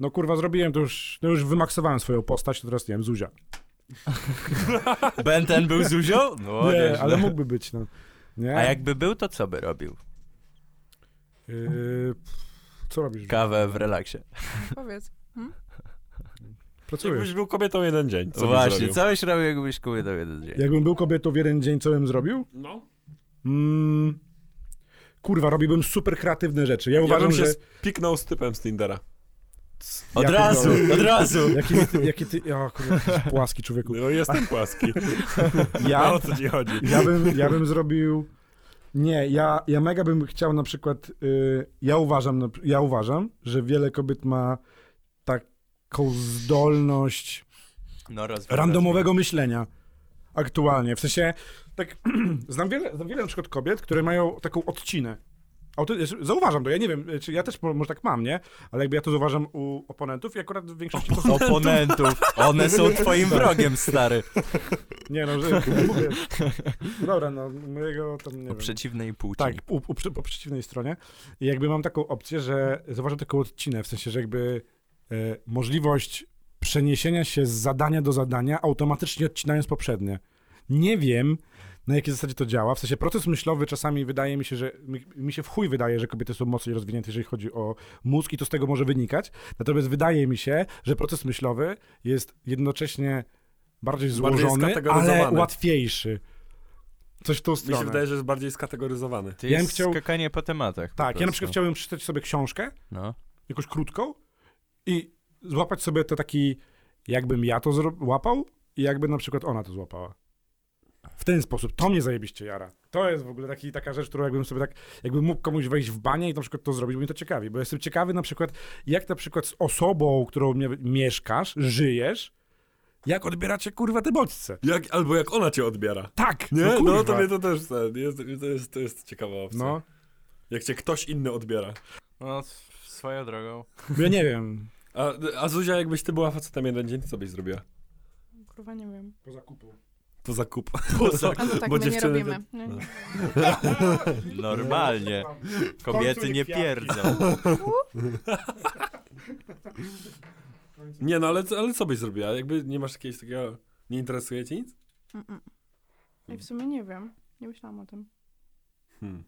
No kurwa, zrobiłem to już, no już wymaksowałem swoją postać, to teraz nie wiem, Zuzia. Ben ten był Zuzią? No, nie, nieźle. ale mógłby być, no. Nie? A jakby był, to co by robił? Yy, co robisz? Kawę w relaksie. Powiedz. Pracujesz. Jakbyś był kobietą jeden dzień. Co byś Właśnie, zrobił? co byś robił, jakbyś kobietą jeden dzień? Jakbym był kobietą w jeden dzień, co bym zrobił? No. Mm, kurwa, robiłbym super kreatywne rzeczy. Ja, Ja uważam, bym się że... piknął z typem z Tindera. Od Ja razu, pierdolę. od razu! Jaki ty, jaki ty... O kurwa, jakiś płaski człowieku. No jestem płaski. Ja- O co ci chodzi? Ja bym, ja bym zrobił. Nie, ja, ja mega bym chciał na przykład. y, ja, uważam, na- ja uważam, że wiele kobiet ma taką zdolność No, rozwój, randomowego myślenia aktualnie. W sensie, tak, znam wiele, znam wiele na przykład kobiet, które mają taką odcinę. Auty- Zauważam to, ja nie wiem, czy ja też po- może tak mam, nie? Ale jakby ja to zauważam u oponentów i akurat w większości to są... rozwój. Oponentów. One są twoim Tak. wrogiem, stary. Nie no, że mówię. Dobra, no, mojego tam, nie O wiem. przeciwnej płci. Tak, u, u, przy- po przeciwnej stronie. I jakby mam taką opcję, że zauważam taką odcinę, w sensie, że jakby e, możliwość przeniesienia się z zadania do zadania, automatycznie odcinając poprzednie. Nie wiem, na jakiej zasadzie to działa. W sensie proces myślowy czasami wydaje mi się, że mi, mi się w chuj wydaje, że kobiety są mocniej rozwinięte, jeżeli chodzi o mózg i to z tego może wynikać. Natomiast wydaje mi się, że proces myślowy jest jednocześnie bardziej Bardziej złożony, ale skategoryzowany. łatwiejszy. Coś w tą Mi stronę. się wydaje, że jest bardziej skategoryzowany. To Ja bym jest chciał- skakanie po tematach. po Tak, ja na przykład prostu. chciałbym przeczytać sobie książkę, No. jakąś krótką i złapać sobie to taki, jakbym ja to zro- łapał i jakby na przykład ona to złapała. W ten sposób. To mnie zajebiście jara. To jest w ogóle taki, taka rzecz, którą jakbym sobie tak, jakbym mógł komuś wejść w banie i na przykład to zrobić, bo mnie to ciekawi, bo jestem ciekawy na przykład, jak na przykład z osobą, którą mie- mieszkasz, żyjesz, jak odbieracie kurwa te bodźce. Jak, albo jak ona cię odbiera. Tak! Nie, no, kurwa. to mnie to też ten, jest, to, jest, to jest ciekawa opcja. No, Jak cię ktoś inny odbiera. No, s- swoją drogą. ja nie wiem. A, a Zuzia, jakbyś ty była facetem jeden dzień, co byś zrobiła? Kurwa, nie wiem. Poza kupą. Po zakup. Albo tak, Bo my nie dziewczyny robimy. Nie, nie. Normalnie. Kobiety nie pierdzą. Nie, no ale, co- ale co byś zrobiła? Jakby nie masz jakiegoś takiego... Nie interesuje cię nic? Mm-mm. Ej, w sumie nie wiem. Nie myślałam o tym. Hmm.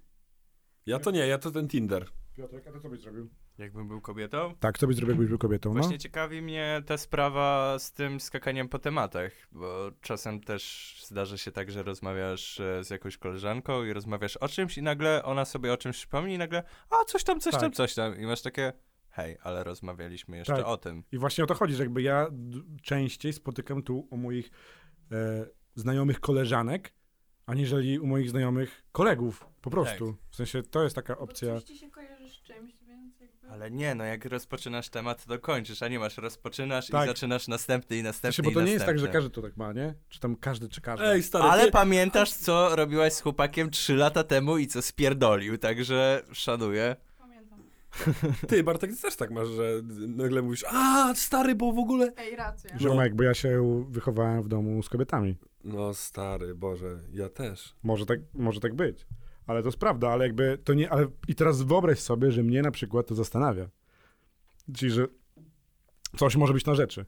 Ja to nie, ja to ten Tinder. Piotrek, a to co byś zrobił? Jakbym był kobietą? Tak, co byś zrobił, jakbyś był kobietą, no? Właśnie ciekawi mnie ta sprawa z tym skakaniem po tematach, bo czasem też zdarza się tak, że rozmawiasz e, z jakąś koleżanką i rozmawiasz o czymś i nagle ona sobie o czymś przypomni i nagle, a coś tam, coś Tak. tam, coś tam. I masz takie, hej, ale rozmawialiśmy jeszcze Tak. o tym. I właśnie o to chodzi, że jakby ja d- częściej spotykam tu u moich e, znajomych koleżanek, aniżeli u moich znajomych kolegów, po prostu. W sensie to jest taka No opcja. Oczywiście się kojarzy z czymś, więc jakby... Ale nie, no jak rozpoczynasz temat, to kończysz, a nie masz, rozpoczynasz Tak. i zaczynasz następny i W sensie, następny bo to i nie jest tak, że następny. każdy to tak ma, nie? Czy tam każdy czy każdy. Ej, stary, Ale ty... pamiętasz, co robiłaś z chłopakiem 3 lata temu i co spierdolił, także szanuję. Pamiętam. Ty, Bartek, ty też tak masz, że nagle mówisz, a stary, bo w ogóle... Ej, racja. Ziomek, bo ja się wychowałem w domu z kobietami. No stary, Boże, ja też. Może tak, może tak być. Ale to jest prawda, ale jakby to nie. Ale i teraz wyobraź sobie, że mnie na przykład to zastanawia. Czyli, że coś może być na rzeczy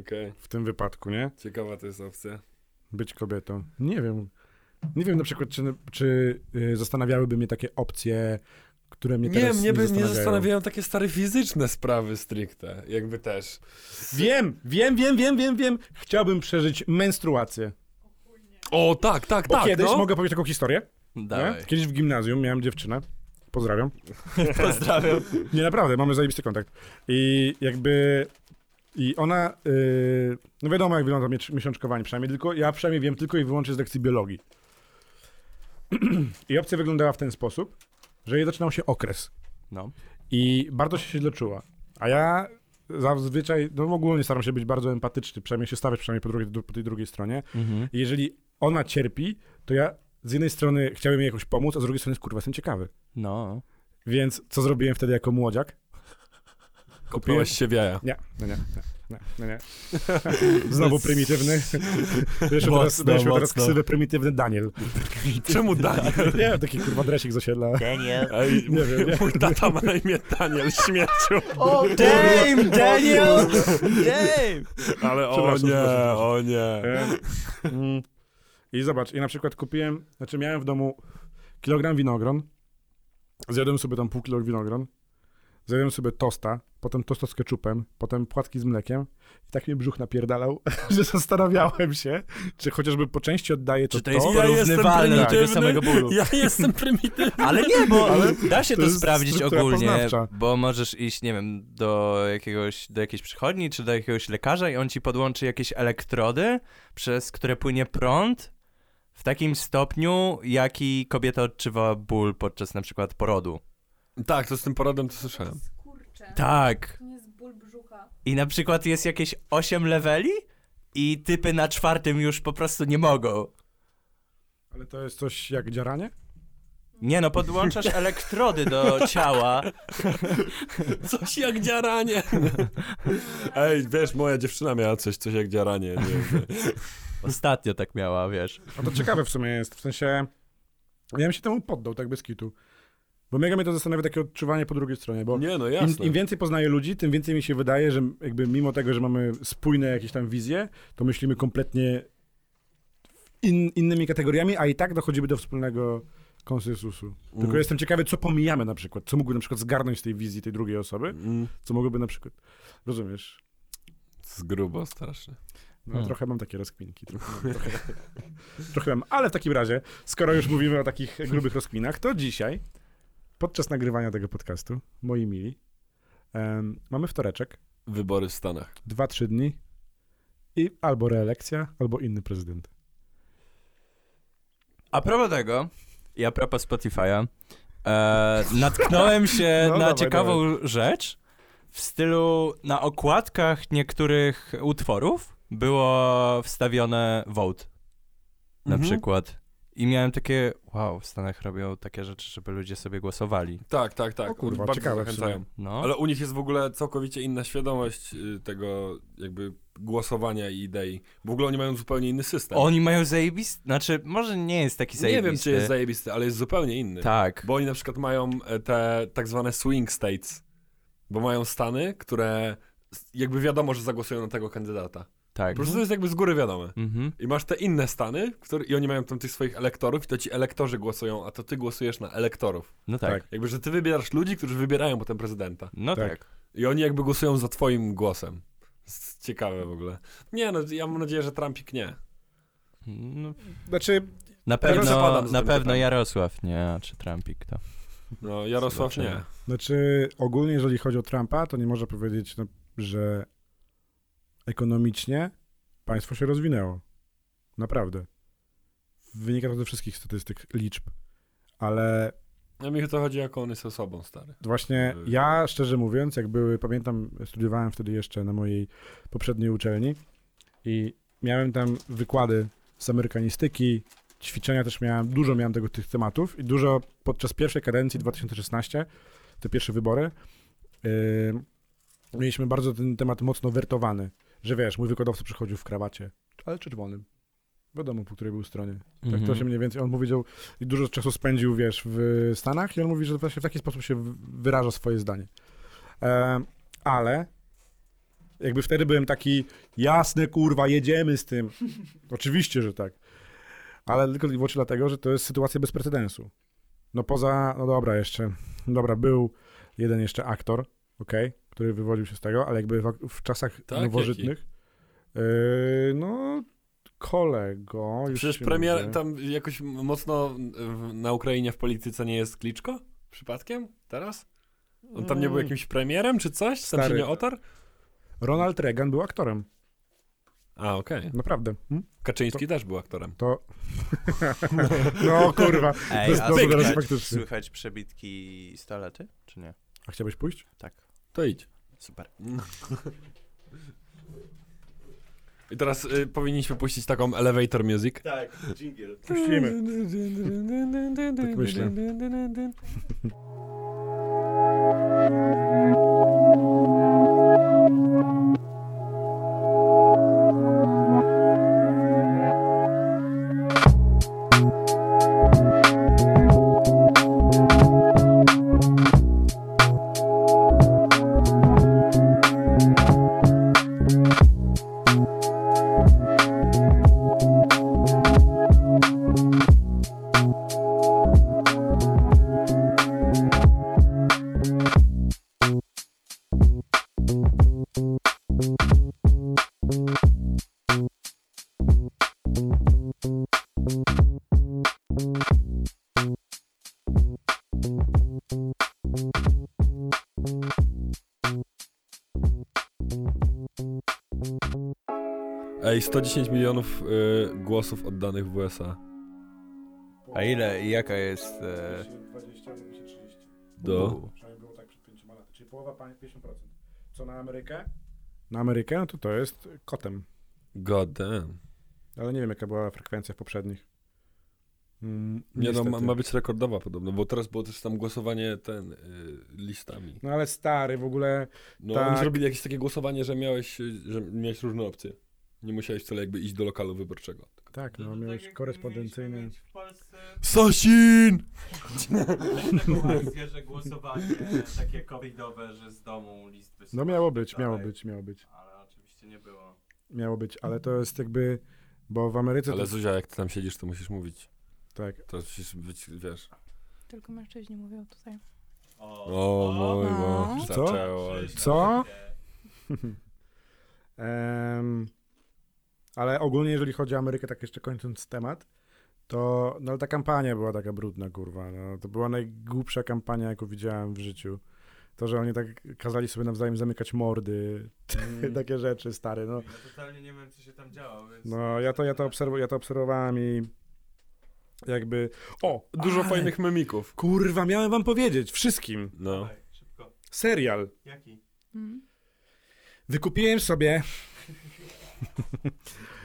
Okej, w tym wypadku, nie? ciekawa to jest opcja. Być kobietą. Nie wiem. Nie wiem na przykład, czy, czy y, zastanawiałyby mnie takie opcje, które mnie Nie, teraz mnie nie, by nie zastanawiają. zastanawiają takie stare fizyczne sprawy stricte, jakby też. Wiem, wiem, wiem, wiem, wiem, wiem. Chciałbym przeżyć menstruację. O, tak, tak, Bo tak, kiedyś no. mogę powiedzieć taką historię. Dawaj. Nie? Kiedyś w gimnazjum miałem dziewczynę. Pozdrawiam. Pozdrawiam. Nie, naprawdę, mamy zajebisty kontakt. I jakby... I ona... y, no wiadomo, jak wygląda miecz- miesiączkowanie przynajmniej, tylko ja przynajmniej wiem tylko i wyłącznie z lekcji biologii. I opcja wyglądała w ten sposób, że jej zaczynał się okres. No. I bardzo się źle czuła. A ja zazwyczaj, no ogólnie staram się być bardzo empatyczny, przynajmniej się stawiać przynajmniej po, drugiej, po tej drugiej stronie. I jeżeli ona cierpi, to ja z jednej strony chciałbym jej jakoś pomóc, a z drugiej strony, kurwa, jestem ciekawy. No. Więc co zrobiłem wtedy jako młodziak? Kupiłeś się w jaja. Nie, no nie, nie, nie, no nie. Znowu prymitywny. Wiesz, Mocno, teraz, mieliśmy teraz mocno. ksywę prymitywny Daniel. Czemu Daniel? Nie, taki kurwa dresik z osiedla. Ej, Nie wiem, nie. Mój tata ma na imię Daniel, śmierciu. O, Dame, Daniel! Dame! Ale o Przepraszam, nie, przepraszam. o nie. E, mm. I zobacz, i na przykład kupiłem, znaczy miałem w domu kilogram winogron, zjadłem sobie tam pół kilo winogron, zjadłem sobie tosta, potem tosta z keczupem, potem płatki z mlekiem i tak mnie brzuch napierdalał, że zastanawiałem się, czy chociażby po części oddaję to Czy to jest Ja jestem porównywalne do tego prymitywny. samego bólu? Ja jestem prymitywny. Ale nie, bo Ale da się to to, jest sprawdzić struktura ogólnie, poznawcza. bo możesz iść, nie wiem, do jakiegoś, do jakiejś przychodni, czy do jakiegoś lekarza i on ci podłączy jakieś elektrody, przez które płynie prąd w takim stopniu, jaki kobieta odczuwa ból podczas na przykład porodu. Tak, to z tym porodem to słyszałem. Kurczę. Tak. To nie jest ból brzucha. I na przykład jest jakieś 8 leveli i typy na czwartym już po prostu nie mogą. Ale to jest coś jak dziaranie? Nie no, podłączasz elektrody do ciała. Coś jak dziaranie. Ej, wiesz, moja dziewczyna miała coś, coś jak dziaranie. Nie wiem. Ostatnio tak miała, wiesz. No to ciekawe w sumie jest, w sensie, ja bym się temu poddał, tak bez kitu. Bo mega mnie to zastanawia takie odczuwanie po drugiej stronie, bo Nie no, Im, jasne. Im więcej poznaję ludzi, tym więcej mi się wydaje, że jakby mimo tego, że mamy spójne jakieś tam wizje, to myślimy kompletnie in, innymi kategoriami, a i tak dochodzimy do wspólnego konsensusu. Tylko Mm. jestem ciekawy, co pomijamy na przykład, co mógłby na przykład zgarnąć z tej wizji tej drugiej osoby, Mm, co mogłoby na przykład, rozumiesz? Z grubo, strasznie. No, Hmm. Trochę mam takie rozkminki, trochę, mam, trochę, trochę mam, ale w takim razie, skoro już mówimy o takich grubych rozkminach, to dzisiaj, podczas nagrywania tego podcastu, moi mili, em, mamy wtoreczek, Wybory w Stanach. dwa, trzy dni i albo reelekcja, albo inny prezydent. A propos tego, i a propos Spotify'a, e, natknąłem się No, na dawaj, ciekawą rzecz w stylu na okładkach niektórych utworów było wstawione vote na Mhm. przykład. I miałem takie, wow, w Stanach robią takie rzeczy, żeby ludzie sobie głosowali. Tak, tak, tak. O kurwa, Bardzo ciekawe w zachęcają. No, Ale u nich jest w ogóle całkowicie inna świadomość y, tego jakby głosowania i idei. W ogóle oni mają zupełnie inny system. oni mają zajebisty, znaczy może nie jest taki Nie zajebisty. wiem, czy jest zajebisty, ale jest zupełnie inny. Tak. Bo oni na przykład mają e, te tak zwane swing states, bo mają stany, które s- jakby wiadomo, że zagłosują na tego kandydata. Po tak. prostu to jest jakby z góry wiadome. Mhm. I masz te inne stany, które, i oni mają tam tych swoich elektorów i to ci elektorzy głosują, a to ty głosujesz na elektorów. No tak. Jakby, że ty wybierasz ludzi, którzy wybierają potem prezydenta. No Tak. tak. I oni jakby głosują za twoim głosem. S- Ciekawe w ogóle. Nie, no ja mam nadzieję, że Trumpik nie. No, Znaczy, na Teraz pewno, zapadam z na tym pewno pytaniem. Jarosław nie, a czy Trumpik to. No, Jarosław nie. Zobaczymy. znaczy ogólnie jeżeli chodzi o Trumpa, to nie można powiedzieć, no, że ekonomicznie państwo się rozwinęło. Naprawdę. Wynika to ze wszystkich statystyk, liczb. Ale A No, mi to chodzi, jak on jest osobą, stary. Właśnie Yy. ja, szczerze mówiąc, jak były, pamiętam, studiowałem wtedy jeszcze na mojej poprzedniej uczelni i miałem tam wykłady z amerykanistyki, ćwiczenia też miałem, dużo miałem tego tych tematów i dużo podczas pierwszej kadencji 2016, te pierwsze wybory, yy, mieliśmy bardzo ten temat mocno wertowany, że wiesz, mój wykładowca przychodził w krawacie, ale czerwonym. Wiadomo, po której był stronie. Tak Mhm. to się mniej więcej, on powiedział, i dużo czasu spędził, wiesz, w Stanach i on mówi, że właśnie w taki sposób się w- wyraża swoje zdanie. E, ale jakby wtedy byłem taki, jasne, kurwa, jedziemy z tym. Oczywiście, że tak. ale tylko i wyłącznie dlatego, że to jest sytuacja bez precedensu. No poza, no dobra, jeszcze, dobra, był jeden jeszcze aktor, okej, który wywodził się z tego, ale jakby w, w czasach Tak, nowożytnych, yy, no kolego, już Przecież ci premier mówię. tam jakoś mocno w- na Ukrainie w polityce nie jest Kliczko? Przypadkiem? Teraz? On tam nie był jakimś premierem czy coś? Tam się Mm. Stary. nie otarł? Ronald Reagan był aktorem, A, okej. naprawdę. Hmm? Kaczyński też był aktorem. To... no kurwa, Ej, bez a dowodu, słychać, ale faktycznie. słychać przebitki stolety, czy nie? A chciałbyś pójść? Tak, To idź. super. I teraz y, powinniśmy puścić taką elevator music. Tak, jingle. Puścimy. Tak myślę. Ej, 110 milionów y, głosów oddanych w USA. A ile i jaka jest... E... 20, 30. Do. Przynajmniej było tak przed pięcioma laty. Czyli połowa pani 50%. Co na Amerykę? Na Amerykę no to to jest kotem. God damn. Ale nie wiem, jaka była frekwencja w poprzednich. Mm, Nie no, ma, niestety. ma być rekordowa podobno, bo teraz było też tam głosowanie ten, y, listami. No ale stary, w ogóle No Tak. oni zrobili jakieś takie głosowanie, że miałeś, y, że miałeś różne opcje. Nie musiałeś wcale jakby iść do lokalu wyborczego. tak, no To tak miałeś jak korespondencyjny. mieliśmy mieć W Polsce Sasin! taką akcję, że głosowanie takie covidowe, że z domu list No miało być, miało być, miało być. Ale oczywiście nie było. Miało być, ale to jest jakby bo w Ameryce Ale to, Zuzia, jak ty tam siedzisz, to musisz mówić. tak. To musisz być, wiesz... Tylko mężczyźni mówią tutaj. O, O mój No. Boże, Co? zaczęło. Co? Em, ale ogólnie jeżeli chodzi o Amerykę, tak jeszcze kończąc temat, to no ale ta kampania była taka brudna, kurwa. No, to była najgłupsza kampania, jaką widziałem w życiu. To, że oni tak kazali sobie nawzajem zamykać mordy, takie rzeczy, stary, no. Ja totalnie nie wiem, co się tam działo, więc... No, ja to, ja to, obserw- ja to obserwowałem i jakby... O, Dużo ale- fajnych memików. Kurwa, miałem wam powiedzieć, wszystkim. No. Dawaj, szybko. Serial. Jaki? Mhm. Wykupiłem sobie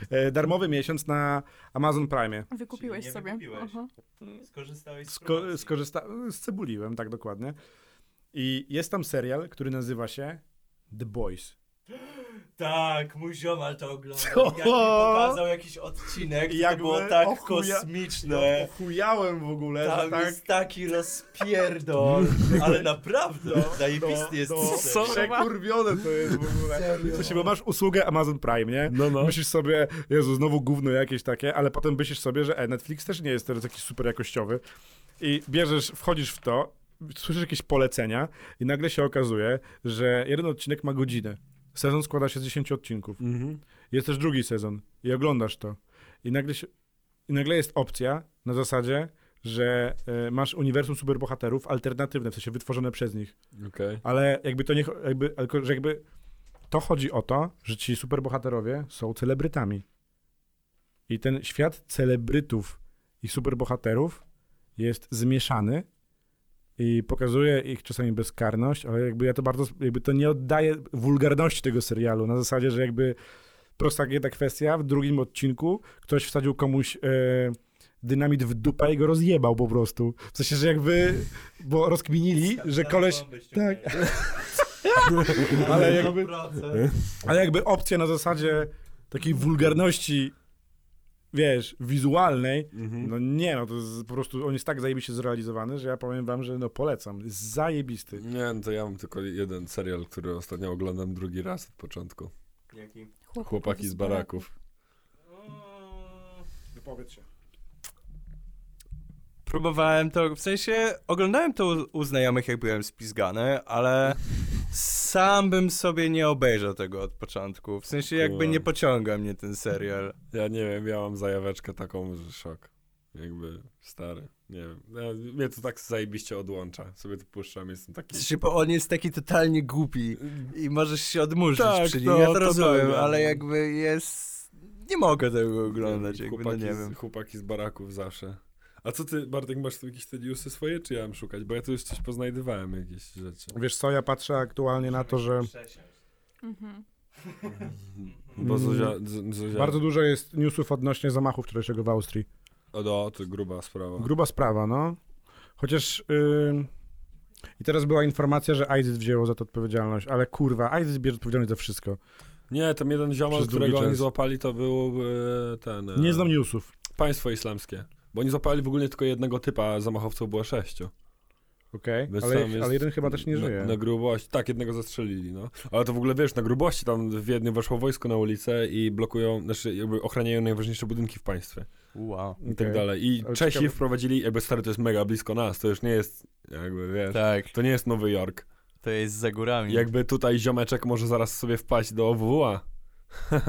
e, darmowy miesiąc na Amazon Prime. Wykupiłeś Czyli nie sobie. wykupiłeś. Aha. Skorzystałeś z No. Sko- promocji. skorzysta- scebuliłem, tak dokładnie. I jest tam serial, który nazywa się The Boys. Tak, mój ziomal to oglądał. Co? Jak mi pokazał jakiś odcinek, to Jakby było tak o chuja- kosmiczne. Chujałem w ogóle, No. Tam że tak... jest taki rozpierdol, ale naprawdę zajebisty jest no, system. Co? Przekurwione to jest w ogóle. W sensie, bo masz usługę Amazon Prime, nie? No, no. Myślisz sobie, Jezu, znowu gówno jakieś takie, ale potem myślisz sobie, że e, Netflix też nie jest teraz taki super jakościowy i bierzesz, wchodzisz w to, słyszysz jakieś polecenia i nagle się okazuje, że jeden odcinek ma godzinę. Sezon składa się z 10 odcinków. Mhm. Jest też drugi sezon i oglądasz to. I nagle, się, i nagle jest opcja na zasadzie, że e, masz uniwersum superbohaterów alternatywne, w sensie wytworzone przez nich. Okej. Ale jakby to nie. cho- Jakby, tylko, że jakby to chodzi o to, że ci superbohaterowie są celebrytami. I ten świat celebrytów i superbohaterów jest zmieszany i pokazuje ich czasami bezkarność, ale jakby ja to bardzo. Jakby to nie oddaje wulgarności tego serialu. Na zasadzie, że jakby prosta jedna kwestia, w drugim odcinku ktoś wsadził komuś. E, Dynamit w dupę i go rozjebał po prostu. W sensie, że jakby, bo rozkminili, że koleś, tak. Ale jakby, ale jakby opcja na zasadzie takiej wulgarności, wiesz, wizualnej, Mhm. no nie, no to jest po prostu, on jest tak zajebiście zrealizowany, że ja powiem wam, że no polecam, jest zajebisty. Nie, no to ja mam tylko jeden serial, który ostatnio oglądam drugi raz od początku. Jaki? Chłopaki z baraków. O, Wypowiedz się. Próbowałem to, w sensie oglądałem to u- u znajomych, jak byłem spizgany, ale sam bym sobie nie obejrzał tego od początku. W sensie jakby nie Kumam. pociąga mnie ten serial. Ja nie wiem, ja mam zajaweczkę taką, że szok. Jakby stary, nie wiem. Ja, mnie to tak zajebiście odłącza. Sobie to puszczam, jestem W taki... sensie, bo on jest taki totalnie głupi i możesz się odmurzyć Tak, przy nim, no, ja to to rozumiem, tak. ale jakby jest... Nie mogę tego oglądać, wiem, jakby, no nie chłopaki wiem. Z, chłopaki z baraków zawsze. A co ty, Bartek, masz tu jakieś te newsy swoje, czy ja mam szukać? Bo ja tu już coś poznajdywałem, jakieś rzeczy. Wiesz co, ja patrzę aktualnie na to, że Mhm. Bo Mm. Zuzia... Z, Zuzia bardzo dużo jest newsów odnośnie zamachu wczorajszego w Austrii. O, no, to gruba sprawa. Gruba sprawa, no. Chociaż. ym, I teraz była informacja, że ISIS wzięło za to odpowiedzialność, ale kurwa, ISIS bierze odpowiedzialność za wszystko. Nie, tam jeden ziomal, Przez długi którego oni czas. złapali, to był e, ten... E, Nie znam newsów. Państwo islamskie. Bo oni złapali w ogóle tylko jednego typa, a zamachowców było sześciu. Okej, Więc ale, tam jest- ale jeden chyba też nie na, żyje. Na grubości, tak, jednego zastrzelili, no. Ale to w ogóle, wiesz, na grubości tam w Wiedniu weszło wojsko na ulicę i blokują, znaczy jakby ochraniają najważniejsze budynki w państwie Wow. i tak Okej. dalej. I Ale Czesi ciekawe- wprowadzili, jakby stary, to jest mega blisko nas, to już nie jest, jakby, wiesz, Tak, to nie jest Nowy Jork. to jest za górami. Jakby tutaj ziomeczek może zaraz sobie wpaść do WWA.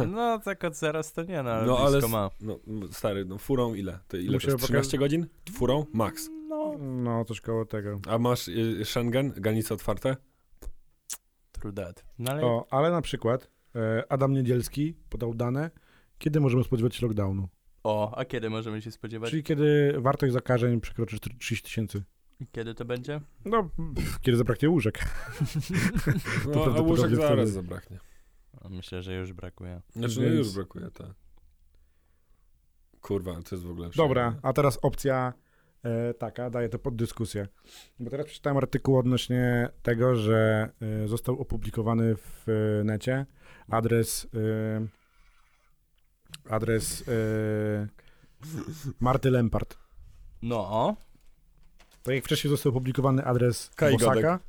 No tak od zaraz to nie, no ale No, no, ale blisko s- ma. No, m, stary, no furą ile? To ile to Musiał jest? 13 godzin? Furą? Max. No, No, coś koło tego. A masz y, Schengen? Granice otwarte? trudat. No ale O, ale na przykład e, Adam Niedzielski podał dane, kiedy możemy spodziewać się lockdownu. O, a kiedy możemy się spodziewać? Czyli kiedy wartość zakażeń przekroczy 4- 30 tysięcy. Kiedy to będzie? No, pff, kiedy zabraknie łóżek. No, a prawdopodobnie łóżek wtedy. zaraz zabraknie. A Myślę, że już brakuje. Znaczy, no Więc- już brakuje, tak. Kurwa, to jest w ogóle... Dobra, przejebane. a teraz opcja e, taka, daję to pod dyskusję. Bo teraz przeczytałem artykuł odnośnie tego, że e, został opublikowany w e, necie adres e, adres e, Marty Lempart. No, Tak jak wcześniej został opublikowany adres Kai Bosaka,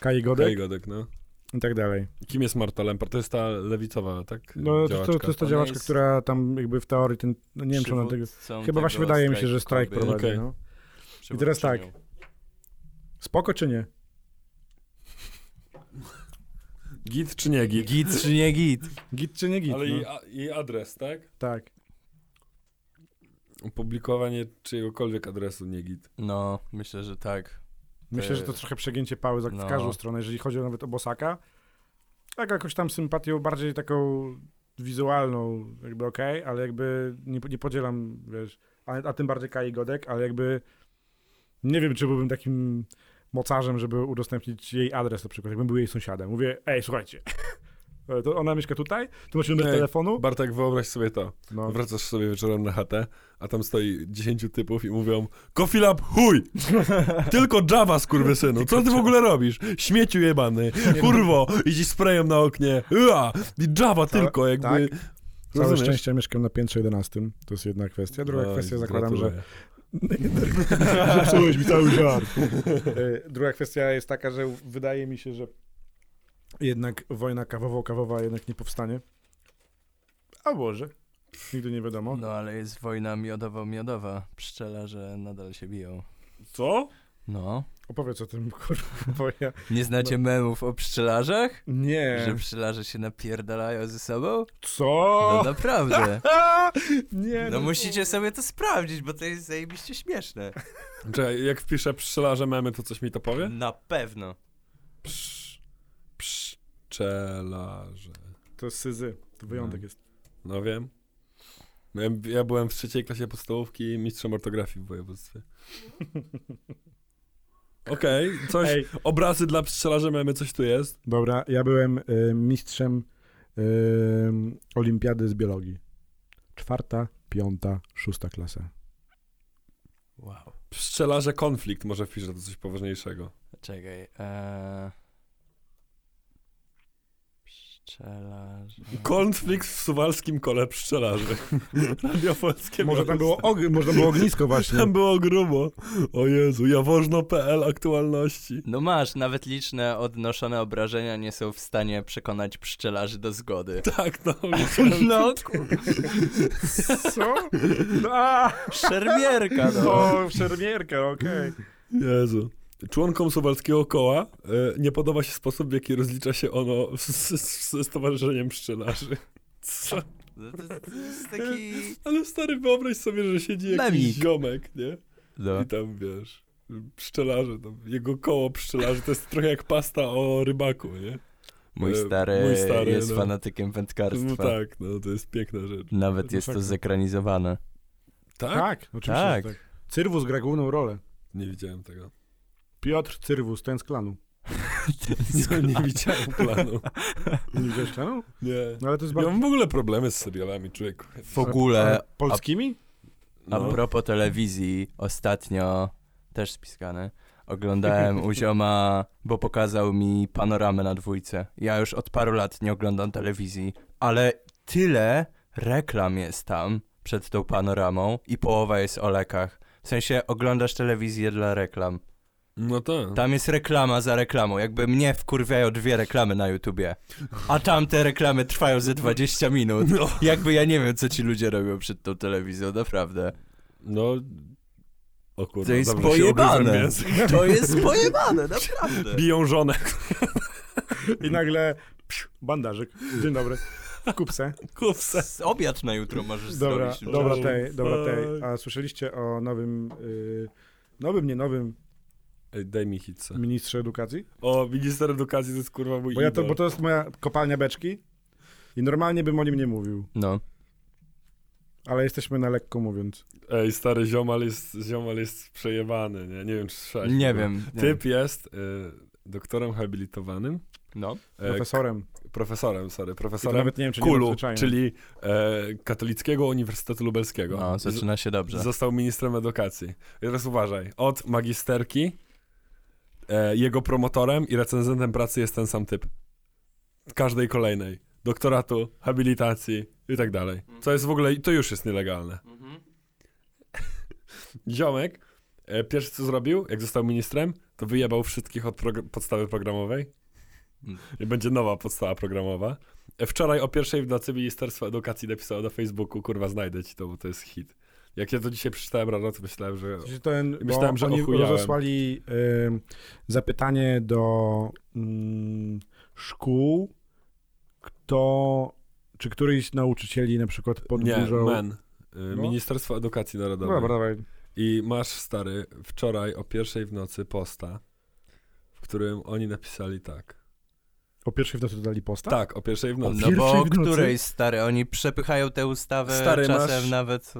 Kai Godek Hej, Godek, no. i tak dalej. Kim jest Marta Lempart? To jest ta lewicowa, tak? No, to, to, Działaczka. to jest ta Ona działaczka, jest- która tam jakby w teorii, ten, no nie wiem czy ona tego... przywódcą Chyba właśnie tego wydaje mi się, że strajk strajku prowadzi, Okej. no. kobiet, I teraz tak. przywódczynią. Spoko czy nie? Git czy nie git? Git czy nie git? Git czy nie git? Ale no. jej, a, jej adres, tak? Tak. Opublikowanie czyjegokolwiek adresu nie git. No, myślę, że tak. Myślę, że to trochę przegięcie pały za- No. w każdą stronę, jeżeli chodzi nawet o Bosaka. Tak, jakoś tam sympatią bardziej taką wizualną, jakby okej, ale jakby nie, nie podzielam, wiesz, a, a tym bardziej Kai Godek, ale jakby nie wiem, czy byłbym takim mocarzem, żeby udostępnić jej adres na przykład, jakbym był jej sąsiadem. Mówię, ej, słuchajcie, to ona mieszka tutaj, tu macie numer Ej, telefonu. Bartek, wyobraź sobie to. No. Wracasz sobie wieczorem na chatę, a tam stoi 10 typów i mówią Kofilab, chuj! Tylko Java, skurwysynu, co ty w ogóle robisz? Śmieciu jebany, kurwo, idziesz sprayem na oknie, Ua! I Java Całe- tak. tylko, jakby... Całe Rozumiesz? szczęście mieszkam na piętrze 11, to jest jedna kwestia. Druga Oj, kwestia, zakładam, że tak. gratuluję. Zepsułeś mi cały żart. E, Druga kwestia jest taka, że wydaje mi się, że jednak wojna kawowo-kawowa jednak nie powstanie. A może. Nigdy nie wiadomo. No, ale jest wojna miodowo-miodowa. Pszczelarze nadal się biją. Co? No. Opowiedz o tym, kurwa, bo ja... Nie znacie memów o pszczelarzach? Że No. Nie. pszczelarze się napierdalają ze sobą? No Co? naprawdę. Nie. No musicie sobie to sprawdzić, bo to jest zajebiście śmieszne. Czekaj, jak wpiszę pszczelarze memy, to coś mi to powie? Na pewno. Psz, pszczelarze. To syzy. To wyjątek jest. No wiem. No Ja, ja byłem w trzeciej klasie podstawówki i mistrzem ortografii w województwie. Okej, coś... Ej, Obrazy dla pszczelarzy mamy, coś tu jest. dobra, ja byłem y, mistrzem y, olimpiady z biologii. Czwarta, piąta, szósta klasa. Wow. Pszczelarze konflikt, może wpiszę to coś e, poważniejszego. Czekaj. Eee... Psz- Pszczelarz. Konflikt w suwalskim kole pszczelarzy. Radio Polskie Może miało- tam było, og- może tam było ognisko właśnie. Tam było grubo. O Jezu, jawożno.pl aktualności. No masz, nawet liczne odnoszone obrażenia nie są w stanie przekonać pszczelarzy do zgody. Tak, no. No, Co? No, a, szermierka, no. o, szermierka, okej. Jezu. Członkom suwalskiego koła e, nie podoba się sposób, w jaki rozlicza się ono z, z, ze Stowarzyszeniem Pszczelarzy. Co? To, to, to jest taki... Ale stary, wyobraź sobie, że siedzi jakiś Memik. ziomek, nie? No. I tam, wiesz, pszczelarze, tam, jego koło pszczelarzy, to jest trochę jak pasta o rybaku, nie? Mój, E, stary mój stary, jest no. fanatykiem wędkarstwa. No tak, no to jest piękna rzecz. Nawet To jest to fakt. zekranizowane. Tak, oczywiście. Tak. że tak. Cyrwus gra główną rolę. Nie widziałem tego. Piotr Cyrwus, ten z klanu. Nie, No, nie widziałem planu. Nie widziałeś klanu? Nie. No ale to jest Ja bardzo... mam w ogóle problemy z serialami, człowieku. W ogóle, Polskimi? a No. propos telewizji, ostatnio, też spiskane, oglądałem u zioma, bo pokazał mi panoramę na dwójce. Ja już od paru lat nie oglądam telewizji, ale tyle reklam jest tam przed tą panoramą i połowa jest o lekach. W sensie oglądasz telewizję dla reklam. No tak. Tam jest reklama za reklamą. Jakby mnie wkurwiają dwie reklamy na YouTubie, a tamte reklamy trwają ze 20 minut. No. Jakby ja nie wiem, co ci ludzie robią przed tą telewizją, naprawdę. No. O kurde, To jest dobrze się pojebane. ugryzłem w język. To jest pojebane, naprawdę. Biją żonę. I nagle psiu, bandażyk. Dzień dobry. W kupce. Kup se. Z obiad na jutro możesz Dobra, zrobić. dobra Jezu, tej, dobra tej. fuck. A słyszeliście o nowym, y, nowym, nie nowym Ej, daj mi hitce. ministrze edukacji? O, minister edukacji to jest kurwa mój Bo, ja to, idol. bo to jest moja kopalnia beczki i normalnie bym o nim nie mówił, No. ale jesteśmy na lekko mówiąc. Ej, stary ziomal jest, ziomal jest przejebany, nie? Nie wiem, czy słyszałeś. Nie tego. wiem. nie wiem. Typ jest y, doktorem habilitowanym. No. e, Profesorem. k- profesorem, sorry, I to profesorem nawet nie wiem, czy nie KULU, nadzwyczajnym. czyli e, Katolickiego Uniwersytetu Lubelskiego. No, Z- zaczyna się dobrze. Został ministrem edukacji. I teraz uważaj, od magisterki, e, jego promotorem i recenzentem pracy jest ten sam typ. Każdej kolejnej. Doktoratu, habilitacji i tak dalej. Co jest w ogóle, to już jest nielegalne. Ziomek, e, pierwsze co zrobił, jak został ministrem, to wyjebał wszystkich od progr- podstawy programowej. Mm. I będzie nowa podstawa programowa. E, Wczoraj o pierwszej w nocy Ministerstwo Edukacji napisało na Facebooku, kurwa znajdę ci to, bo to jest hit. Jak ja to dzisiaj przeczytałem rano, to myślałem, że... Że Ten, Myślałem, bo że oni ochujałem. rozesłali ym, zapytanie do ym, szkół, kto, czy któryś z nauczycieli na przykład Nie, podburzał... men. Y, No. Ministerstwo Edukacji Narodowej. Dobra, dawaj. I masz, stary, wczoraj o pierwszej w nocy posta, w którym oni napisali tak. O pierwszej w nocy dodali posta? Tak, o pierwszej w nocy. No bo Pierwszej w nocy? której stary, oni przepychają tę ustawę Stary, czasem masz- nawet.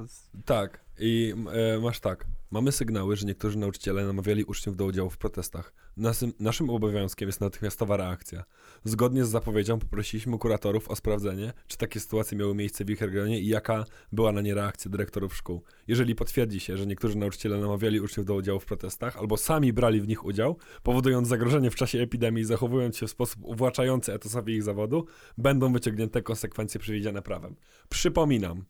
Tak. I e, masz tak. Mamy sygnały, że niektórzy nauczyciele namawiali uczniów do udziału w protestach. Nasym, naszym obowiązkiem jest natychmiastowa reakcja. Zgodnie z zapowiedzią poprosiliśmy kuratorów o sprawdzenie, czy takie sytuacje miały miejsce w ich regionie i jaka była na nie reakcja dyrektorów szkół. Jeżeli potwierdzi się, że niektórzy nauczyciele namawiali uczniów do udziału w protestach albo sami brali w nich udział, powodując zagrożenie w czasie epidemii i zachowując się w sposób uwłaczający etosowi ich zawodu, będą wyciągnięte konsekwencje przewidziane prawem. Przypominam,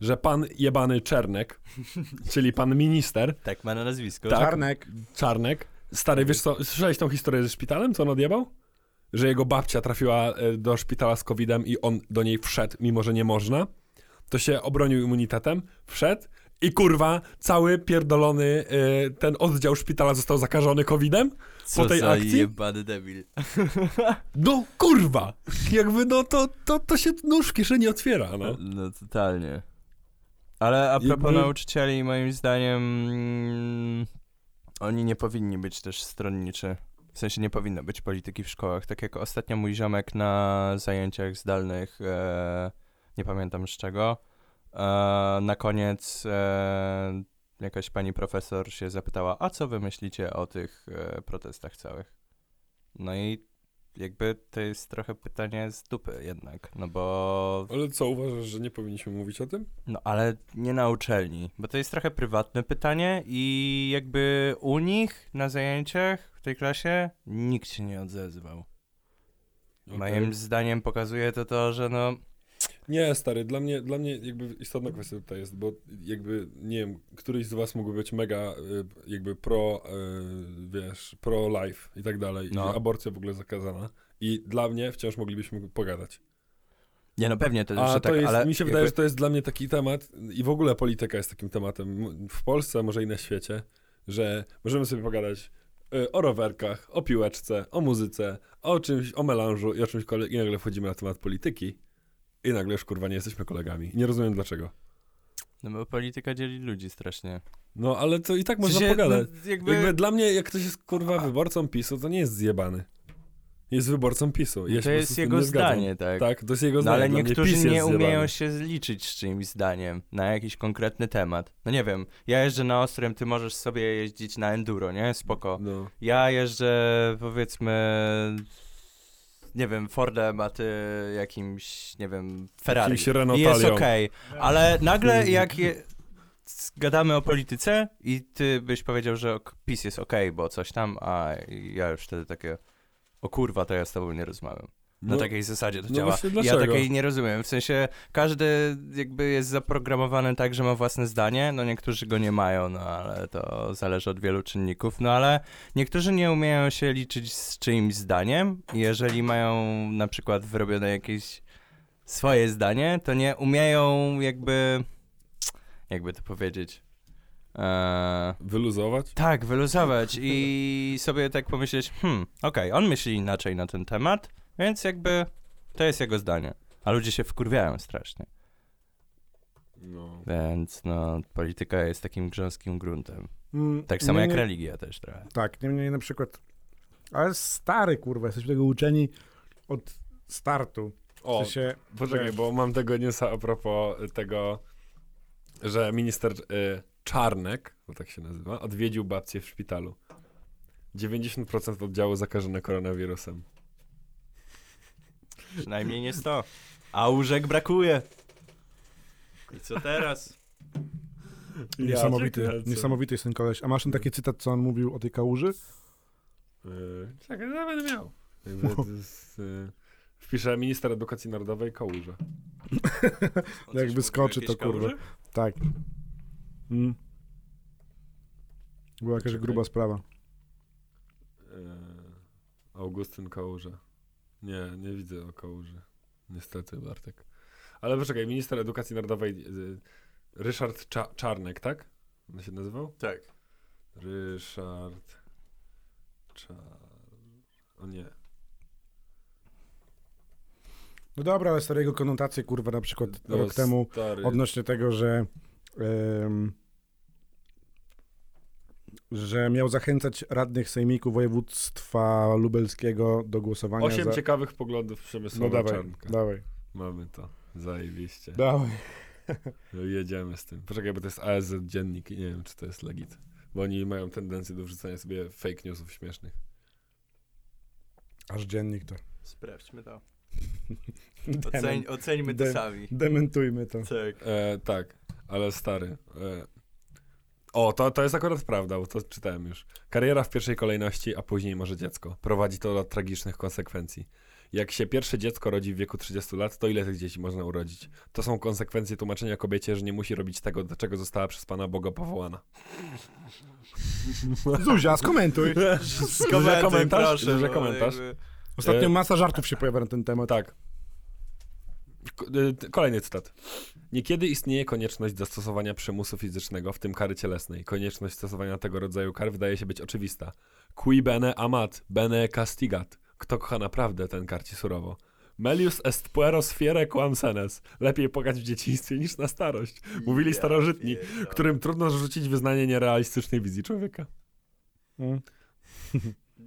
że pan jebany Czernek, czyli pan minister Tak ma na nazwisko. Tak. Czarnek. Czarnek, stary, wiesz co, słyszałeś tą historię ze szpitalem, co on odjebał? Że jego babcia trafiła e, do szpitala z covidem i on do niej wszedł, mimo że nie można. To się obronił immunitetem, wszedł i kurwa, cały pierdolony e, ten oddział szpitala został zakażony covidem. Co po tej za akcji? jebany debil. No kurwa! Jakby no to, to, to się nóż w kieszeni otwiera, no. No totalnie. Ale a propos Jakby- nauczycieli, moim zdaniem mm, oni nie powinni być też stronniczy. W sensie nie powinno być polityki w szkołach. Tak jak ostatnio mój ziomek na zajęciach zdalnych, e, nie pamiętam z czego, e, na koniec e, jakaś pani profesor się zapytała, a co wy myślicie o tych e, protestach całych? No i jakby to jest trochę pytanie z dupy jednak, no bo Ale co, uważasz, że nie powinniśmy mówić o tym? no ale nie na uczelni, bo to jest trochę prywatne pytanie i jakby u nich na zajęciach w tej klasie nikt się nie odezwał. Moim zdaniem pokazuje to to, że no... Nie, stary, dla mnie, dla mnie jakby istotna kwestia tutaj jest, bo jakby, nie wiem, któryś z was mógłby być mega y, jakby pro, y, wiesz, pro-life i tak dalej, No. i aborcja w ogóle zakazana. I dla mnie wciąż moglibyśmy pogadać. Nie no, pewnie to A jeszcze to tak, jest, ale... mi się jakby- wydaje, że to jest dla mnie taki temat i w ogóle polityka jest takim tematem m- w Polsce, może i na świecie, że możemy sobie pogadać y, o rowerkach, o piłeczce, o muzyce, o czymś, o melanżu i o czymś kole- i nagle wchodzimy na temat polityki i nagle już kurwa nie jesteśmy kolegami. Nie rozumiem dlaczego. No bo polityka dzieli ludzi strasznie. No ale to i tak W można sensie, pogadać. no, Jakby... Jakby dla mnie, jak ktoś jest kurwa wyborcą PiSu, to nie jest zjebany. Jest wyborcą PiSu. Ja się No to po prostu jest z tym jego nie zgadzam. zdanie, tak. Tak, to jest jego No, zdanie. ale Dla mnie niektórzy PiS nie jest umieją zjebany. się zliczyć z czyimś zdaniem na jakiś konkretny temat. No nie wiem, ja jeżdżę na Ostrym, ty możesz sobie jeździć na enduro, nie? Spoko. No. Ja jeżdżę, powiedzmy, nie wiem, Fordem, a ty jakimś, nie wiem, Ferrari. Jakimś Renault I jest Talią. okej, ale nagle jak je... s- gadamy o polityce i ty byś powiedział, że ok- PiS jest okej, bo coś tam, a ja już wtedy takie, o kurwa, to ja z tobą nie rozmawiam. Na No, takiej zasadzie to no działa. właśnie Ja dlaczego? takiej nie rozumiem. W sensie każdy jakby jest zaprogramowany tak, że ma własne zdanie. No niektórzy go nie mają, no ale to zależy od wielu czynników. No ale niektórzy nie umieją się liczyć z czyimś zdaniem. Jeżeli mają na przykład wyrobione jakieś swoje zdanie, to nie umieją jakby. Jakby to powiedzieć. Eee, Wyluzować? tak, wyluzować i sobie tak pomyśleć, hmm, okej, on myśli inaczej na ten temat, więc jakby to jest jego zdanie. A ludzie się wkurwiają strasznie. No. Więc no, polityka jest takim grząskim gruntem. Mm, Tak samo nie, jak nie- religia też trochę. Tak, niemniej na przykład. Ale stary, kurwa, jesteśmy tego uczeni od startu. W O, sensie, poczekaj, że- bo mam tego newsa a propos y, tego, że minister y, Czarnek, bo tak się nazywa, odwiedził babcię w szpitalu. 90% oddziału zakażone koronawirusem. Przynajmniej nie 100. A łóżek brakuje. I co teraz? Niesamowity, Ja pierdolę. niesamowity jest ten koleś. A masz ten taki cytat, co on mówił o tej kałuży? Yy, Czekaj, no będę miał. Jakby to jest, yy, Wpiszę minister edukacji narodowej Kałuża. Jak wyskoczy, to kurwa. Tak. Mm. Była Hmm. jakaś Czekaj. gruba sprawa. Yy, Augustyn Kałuża. Nie, nie widzę o Kałuży. Niestety, Bartek. Ale poczekaj, minister edukacji narodowej yy, Ryszard Cza Czarnek, tak? On się nazywał? Tak. Ryszard Czar... O nie. No dobra, ale starego konotacje, kurwa, na przykład No, rok temu stary. odnośnie tego, że em, że miał zachęcać radnych sejmików województwa lubelskiego do głosowania Osiem za... ciekawych poglądów No Przemysława dawaj, Czarnka. dawaj, Mamy to. Zajebiście. dawaj. No i Jedziemy z tym. Poczekaj, bo to jest ASZ dziennik i nie wiem, czy to jest legit. Bo oni mają tendencję do wrzucania sobie fake newsów śmiesznych. Aż dziennik to. Sprawdźmy to. Demen- no. oceńmy to Dem- sami. dementujmy to. Tak. E, tak, ale stary. E, o, to, to jest akurat prawda, bo to czytałem już. Kariera w pierwszej kolejności, a później może dziecko. Prowadzi to do tragicznych konsekwencji. Jak się pierwsze dziecko rodzi w wieku 30 lat, to ile tych dzieci można urodzić? To są konsekwencje tłumaczenia kobiecie, że nie musi robić tego, do czego została przez Pana Boga powołana. Zuzia, skomentuj. Duży Skomentuj, komentarz, proszę. duży bo komentarz. jakby- Ostatnio E, masa żartów się pojawia na ten temat. Tak. K- y, t- Kolejny cytat. Niekiedy istnieje konieczność zastosowania przymusu fizycznego, w tym kary cielesnej. Konieczność stosowania tego rodzaju kar wydaje się być oczywista. Qui bene amat, bene castigat. Kto kocha naprawdę, ten karci surowo. Melius est pueros fiere quam senes. Lepiej płakać w dzieciństwie niż na starość. Mówili Ja starożytni, pierdolę. którym trudno zrzucić wyznanie nierealistycznej wizji człowieka. Mm. Nie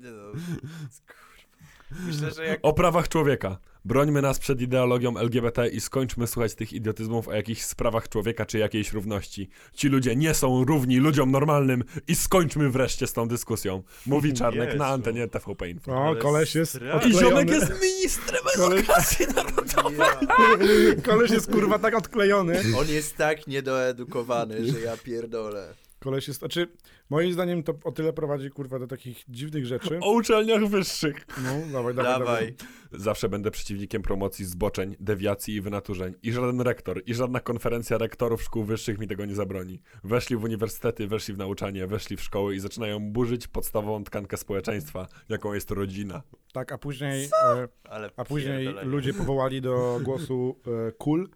no, kurwa. Myślę, że jak O prawach człowieka. Brońmy nas przed ideologią LGBT i skończmy słuchać tych idiotyzmów o jakichś sprawach człowieka czy jakiejś równości. Ci ludzie nie są równi ludziom normalnym i skończmy wreszcie z tą dyskusją. Mówi Czarnek Jezu. na antenie TVP Info. O, Ale koleś jest stra- I I odklejony. ziomek jest ministrem Koleś- edukacji narodowej. Koleś jest kurwa tak odklejony. On jest tak niedoedukowany, że ja pierdolę. Koleś jest, znaczy moim zdaniem to o tyle prowadzi kurwa do takich dziwnych rzeczy. O uczelniach wyższych. No, dawaj, dawaj, dawaj. Dawaj. Zawsze będę przeciwnikiem promocji zboczeń, dewiacji i wynaturzeń. I żaden rektor, i żadna konferencja rektorów szkół wyższych mi tego nie zabroni. Weszli w uniwersytety, weszli w nauczanie, weszli w szkoły i zaczynają burzyć podstawową tkankę społeczeństwa, jaką jest rodzina. Tak, a później, e, Ale a później pierdolenie. ludzie powołali do głosu e, Kul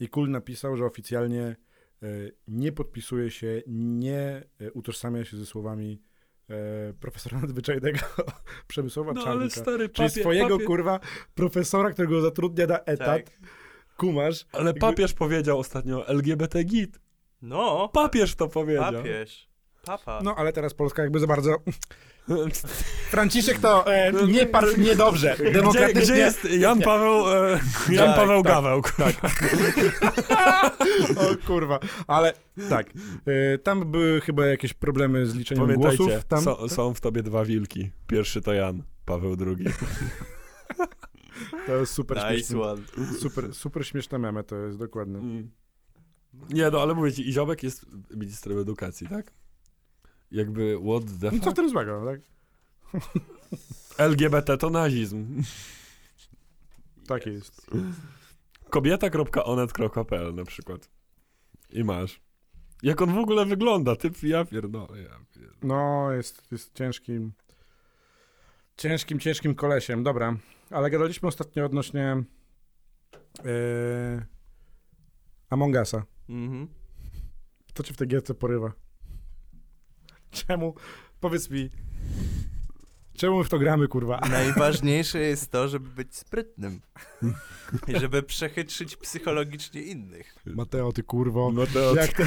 i Kul napisał, że oficjalnie e, nie podpisuje się, nie e, utożsamia się ze słowami e, profesora nadzwyczajnego No, Przemysława Czarnka. No, stary, Czyli swojego kurwa profesora, którego zatrudnia na etat, Tak. kumasz, Ale papież powiedział ostatnio LGBT git. No, Papież to powiedział. papież. Papa. No, ale teraz Polska jakby za bardzo. Franciszek to e, nie parł niedobrze. Gdzie, Demokratycznie. gdzie jest Jan Paweł, e, Jan Tak, Paweł tak, Gaweł? Tak. O kurwa, ale tak. E, tam były chyba jakieś problemy z liczeniem Pamiętajcie, głosów. Tam, są, są w tobie dwa wilki. Pierwszy to Jan, Paweł drugi. To jest super Nice śmieszne. one. Super, super śmieszne memy to jest dokładnie. Mm. Nie, no ale mówię ci, i Ziobek jest ministrem edukacji, tak? Jakby what the No co w fuck? tym złego, tak? LGBT to nazizm. Tak jest. Kobieta.onet.pl na przykład. I masz. Jak on w ogóle wygląda? Typ, ja pierdolę. Ja pierdolę. No, jest, jest ciężkim. Ciężkim, ciężkim kolesiem, dobra. Ale gadaliśmy ostatnio odnośnie. E, Among Usa. Mhm. To cię w tej gierce porywa? Czemu? Powiedz mi. Czemu my w to gramy, kurwa? Najważniejsze jest to, żeby być sprytnym. I żeby przechytrzyć psychologicznie innych. Mateo, ty kurwo. No to Jak to?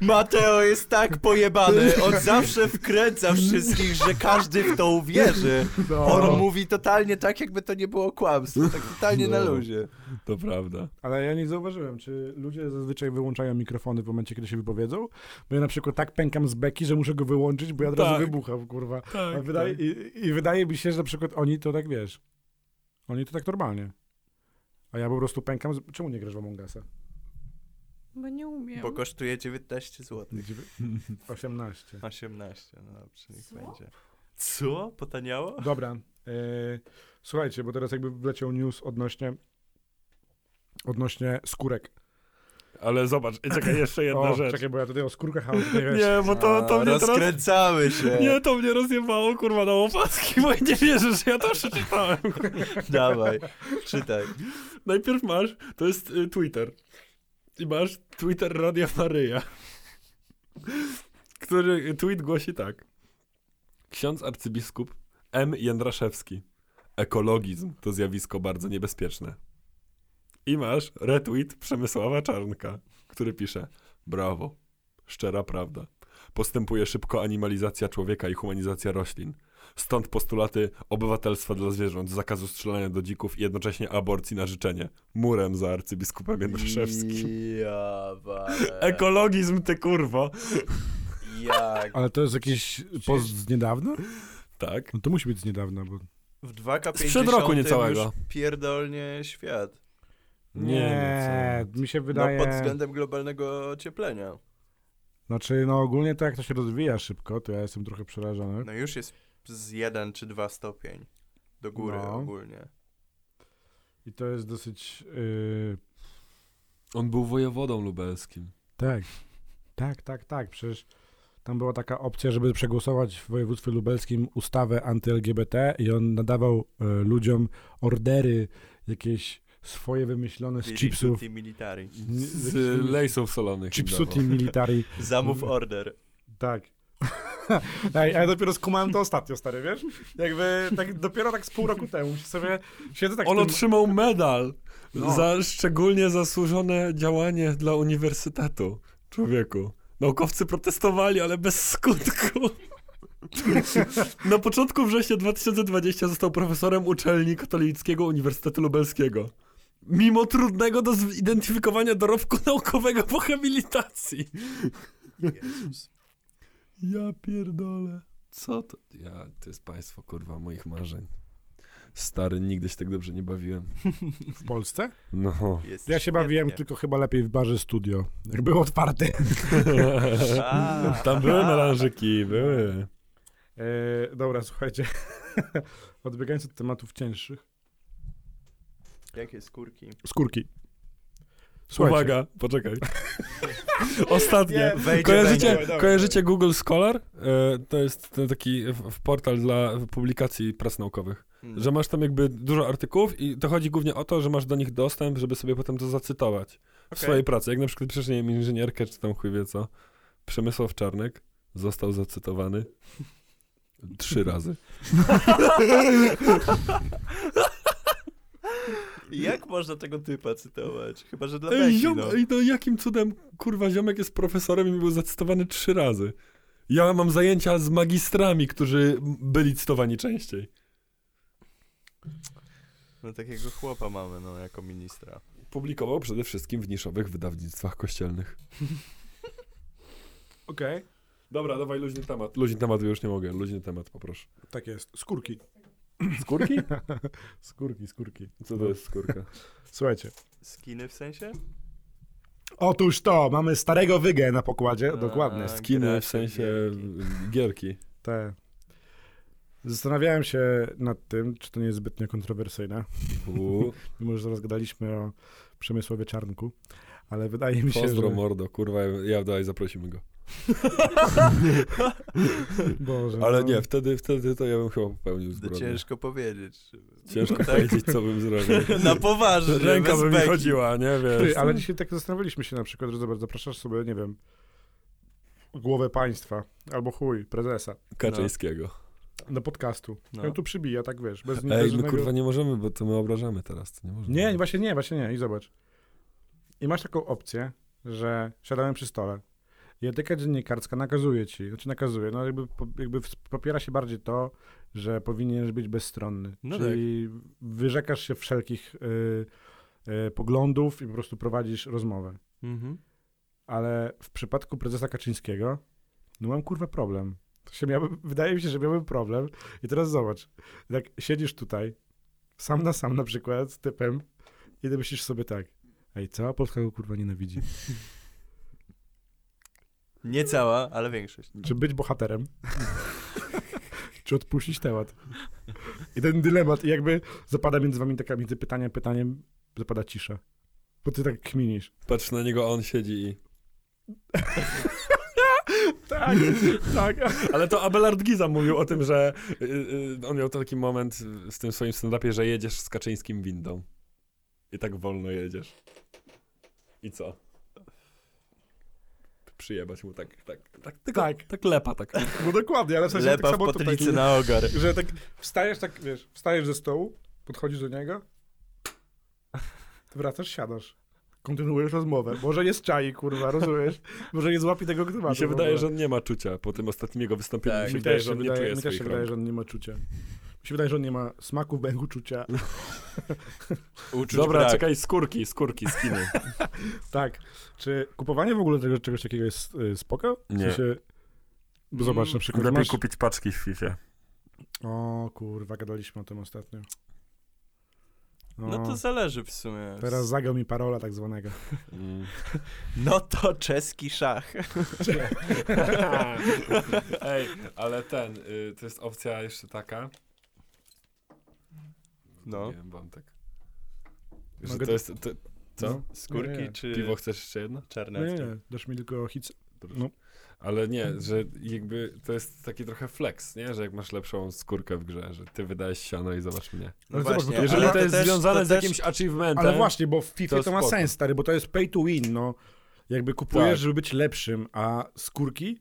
Mateo jest tak pojebany, on zawsze wkręca wszystkich, że każdy w to uwierzy. No. No. On mówi totalnie tak, jakby to nie było kłamstwo, tak totalnie na No. luzie. To prawda. Ale ja nie zauważyłem, czy ludzie zazwyczaj wyłączają mikrofony w momencie, kiedy się wypowiedzą? Bo ja na przykład tak pękam z beki, że muszę go wyłączyć, bo ja od razu Tak. wybucham, kurwa. Tak, A wydaje, i, I wydaje mi się, że na przykład oni to tak, wiesz, oni to tak normalnie. A ja po prostu pękam. Z... Czemu nie grasz w Among Usa? Bo nie umiem. Bo kosztuje 19 zł. 18. 18, no dobrze, niech Co? będzie. Co? Potaniało? Dobra. e, słuchajcie, bo teraz jakby wleciał news odnośnie odnośnie skórek. Ale zobacz, i czekaj, jeszcze jedna o, rzecz. czekaj, bo ja tutaj o skórkach ale tutaj wiesz. Nie, bo No to, to A, mnie teraz... Rozkręcamy się. Nie, to mnie rozjebało, kurwa, na łopatki, bo nie wierzysz, ja to przeczytałem. Dawaj, czytaj. Najpierw masz, to jest y, Twitter. I masz Twitter Radia Maryja, który tweet głosi tak. Ksiądz arcybiskup M. Jędraszewski. Ekologizm to zjawisko bardzo niebezpieczne. I masz retweet Przemysława Czarnka, który pisze Brawo, szczera prawda. Postępuje szybko animalizacja człowieka i humanizacja roślin. Stąd postulaty obywatelstwa dla zwierząt, zakazu strzelania do dzików i jednocześnie aborcji na życzenie. Murem za arcybiskupem Jędraszewskim. Ja, Ekologizm, ty kurwo! Jak? Ale to jest jakiś post z niedawna? Tak. No to musi być z niedawna, bo... W 2K50 Sprzed roku niecałego. już pierdolnie świat. Nie, nie, mi się wydaje... No pod względem globalnego ocieplenia. Znaczy, no ogólnie to jak to się rozwija szybko, to ja jestem trochę przerażony. No już jest z 1 czy 2 stopień do góry No. ogólnie. I to jest dosyć... Yy, On był wojewodą lubelskim. tak, tak, tak, tak, przecież tam była taka opcja, żeby przegłosować w województwie lubelskim ustawę anty-LGBT i on nadawał e, ludziom ordery jakieś swoje wymyślone z chipsów. Virtuti Militari. Z lejsów solonych. Chipsuti dawał. militari. Zamów Mm. order. Tak. Ej, a ja dopiero skumałem to ostatnio, stary, wiesz? Jakby tak, dopiero tak z pół roku temu się sobie siedzę tak w On tym... otrzymał medal No. za szczególnie zasłużone działanie dla uniwersytetu. Człowieku. Naukowcy protestowali, ale bez skutku. Na początku września 2020 został profesorem uczelni Katolickiego Uniwersytetu Lubelskiego. Mimo trudnego do zidentyfikowania dorobku naukowego po habilitacji. Jezus. Ja pierdolę. Co to? Ja, to jest państwo, kurwa, moich marzeń. Stary, nigdy się tak dobrze nie bawiłem. W Polsce? No. Jest Ja się bawiłem świetnie. tylko chyba lepiej w barze studio. Jak było otwarte. A, Tam były aha. melanżyki, były. E, dobra, słuchajcie. Odbiegając od tematów cięższych. Jakie skórki? Skórki. Słuchajcie. Uwaga, poczekaj. Ostatnie. wejdzie, Kojarzycie, wejdzie. kojarzycie Google Scholar? E, To jest ten taki w- w portal dla publikacji prac naukowych. Mm. Że masz tam jakby dużo artykułów i to chodzi głównie o to, że masz do nich dostęp, żeby sobie potem to zacytować w Okej. swojej pracy. Jak na przykład piszesz, nie wiem, inżynierkę, czy tam chuj wie co. Przemysław Czarnek został zacytowany trzy razy. Jak można tego typa cytować? Chyba, że dla Ej, Beki, ziom, no. ej, no jakim cudem, kurwa, ziomek jest profesorem i był zacytowany trzy razy. Ja mam zajęcia z magistrami, którzy byli cytowani częściej. no takiego chłopa mamy, no, jako ministra. Publikował przede wszystkim w niszowych wydawnictwach kościelnych. Okej. Dobra, dawaj luźny temat. Luźny temat, bo już nie mogę. Luźny temat, poproszę. Tak jest. Skórki. Skórki? skórki, skórki. Co to jest skórka? Słuchajcie. Skiny w sensie? Otóż to, mamy starego wygę na pokładzie. Dokładnie. A, Skiny gracze w sensie gierki. gierki. Te. Zastanawiałem się nad tym, czy to nie jest zbytnio kontrowersyjne. U, Mimo, że zaraz gadaliśmy o Przemysłowie Czarnku. Ale wydaje mi się, pozdro że... mordo, kurwa, ja daj, zaprosimy go. Boże, Ale no. nie, wtedy, wtedy to ja bym chyba popełnił zbrodnię. Ciężko, No Ciężko powiedzieć. Ciężko Tak. powiedzieć, co bym zrobił. Na poważnie, Ręka bez by mi beki. chodziła, nie wiesz. Ty, ale dzisiaj tak zastanawialiśmy się na przykład, że zobacz, zapraszasz sobie, nie wiem, głowę państwa albo chuj, prezesa Kaczyńskiego. do podcastu. No. No. tu przybija, tak wiesz, bez Ej, my żadnego... kurwa No. nie możemy, bo to my obrażamy teraz. To nie, możemy. Nie, właśnie nie, właśnie nie. I zobacz. I masz taką opcję, że siadamy przy stole i etyka dziennikarska nakazuje ci, znaczy nakazuje, no jakby, po- jakby w- popiera się bardziej to, że powinieneś być bezstronny. No czyli wyrzekasz się wszelkich y, y, poglądów i po prostu prowadzisz rozmowę. Mhm. Ale w przypadku prezesa Kaczyńskiego, no mam kurwa problem. To się miałby, wydaje mi się, że miałbym problem. I teraz zobacz, jak siedzisz tutaj, sam na sam na przykład z typem i ty myślisz sobie tak, ej, cała Polska go kurwa nienawidzi. Nie cała, ale większość. Czy być bohaterem? Czy odpuścić temat? I ten dylemat, i jakby zapada między wami taka, między pytaniem, pytaniem zapada cisza. Bo ty tak kminisz. Patrz na niego, a on siedzi i... Tak, tak. Ale to Abelard Giza mówił o tym, że y, y, on miał taki moment z tym swoim stand-upie, że jedziesz z Kaczyńskim windą. I tak wolno jedziesz. I co? Przyjebać mu tak, tak, tak, tylko, Tak. tak. lepa, tak. No dokładnie, ale w sensie Lepa tak w samo tutaj. potylicy na ogar. Że tak wstajesz, tak wiesz, wstajesz ze stołu, podchodzisz do niego, wracasz, siadasz. Kontynuujesz rozmowę. Może nie z czai, kurwa, rozumiesz? Może nie złapie tego klimatu. Mi się w wydaje, ogóle. że on nie ma czucia po tym ostatnim jego wystąpieniu. Tak. mi się Mi wydaje, też że się on nie wydaje, czuje mi też się swoich wydaje, rąk. że on nie ma czucia. Mi się wydaje, że on nie ma smaku, węgu, czucia. Uczuć Dobra, brak. czekaj, skórki, skórki, skiny. Tak. Czy kupowanie w ogóle tego, czegoś takiego jest y, spoko? W Nie. sensie- Bo zobacz, na przykład masz... kupić paczki w FIFA. O kurwa, gadaliśmy o tym ostatnio. O, No to zależy w sumie. Teraz zagał mi parola tak zwanego. Mm. No to czeski szach. Ej, ale ten, y, to jest opcja jeszcze taka. No. Nie wiem, wam tak. Że Mogę to jest. To, co? No. Skórki Nie, nie. czy Piwo chcesz jeszcze jedno? Nie, No nie, czarnecki? nie, dasz mi tylko hit. Dobrze. No. Ale nie, że jakby to jest taki trochę flex, nie? Że jak masz lepszą skórkę w grze, że ty wydajesz siano i zobacz mnie. No Ale zobacz, właśnie, bo to- Jeżeli ale to jest też- związane to z też- jakimś achievementem. Ale właśnie, bo w FIFA to, to ma spoko. sens, stary, bo to jest pay to win, no. Jakby kupujesz, Tak. żeby być lepszym, a skórki?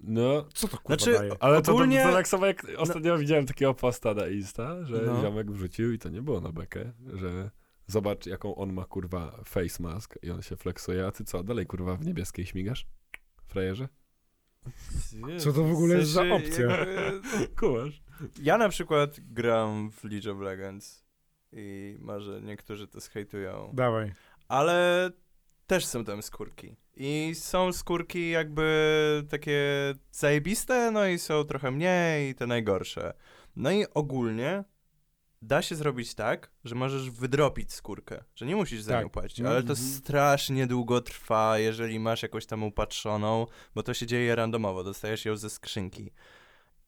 No. Co to kurwa Znaczy, daje? Ale to, Ogólnie- Ogólnie... to, tak samo jak ostatnio widziałem takiego posta na Insta, że No. ziomek wrzucił i to nie było na bekę, że zobacz jaką on ma kurwa face mask i on się flexuje, a ty co, dalej kurwa w niebieskiej śmigasz? Frajerze? Co to w ogóle jest za sensie opcja? jakby- Kumasz. Ja na przykład gram w League of Legends i może niektórzy to zhejtują, Dawaj. ale też są tam skórki. I są skórki jakby takie zajebiste, no i są trochę mniej i te najgorsze. No i ogólnie da się zrobić tak, że możesz wydropić skórkę, że nie musisz za Tak. nią płacić, No, ale to mhm. strasznie długo trwa, jeżeli masz jakąś tam upatrzoną, bo to się dzieje randomowo, dostajesz ją ze skrzynki.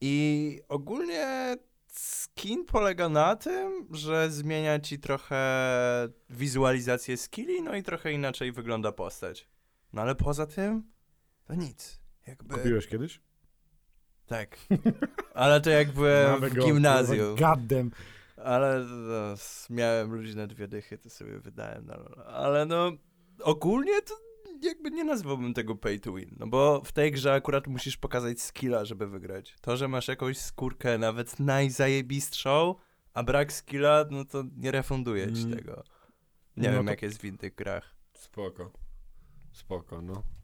I ogólnie skin polega na tym, że zmienia ci trochę wizualizację skilli, no i trochę inaczej wygląda postać. No ale poza tym, to nic. Jakby... Kupiłeś kiedyś? Tak. Ale to jak byłem Mamy w go, gimnazjum. kurwa, Goddamn. Ale no, s- miałem luźne dwie dychy, to sobie wydałem na lola. Ale no, ogólnie to jakby nie nazwałbym tego pay to win. No bo w tej grze akurat musisz pokazać skilla, żeby wygrać. To, że masz jakąś skórkę nawet najzajebistszą, a brak skilla, no to nie refunduje ci Mm. tego. Nie No wiem, to- jak jest w innych grach. Spoko. Spoko, no.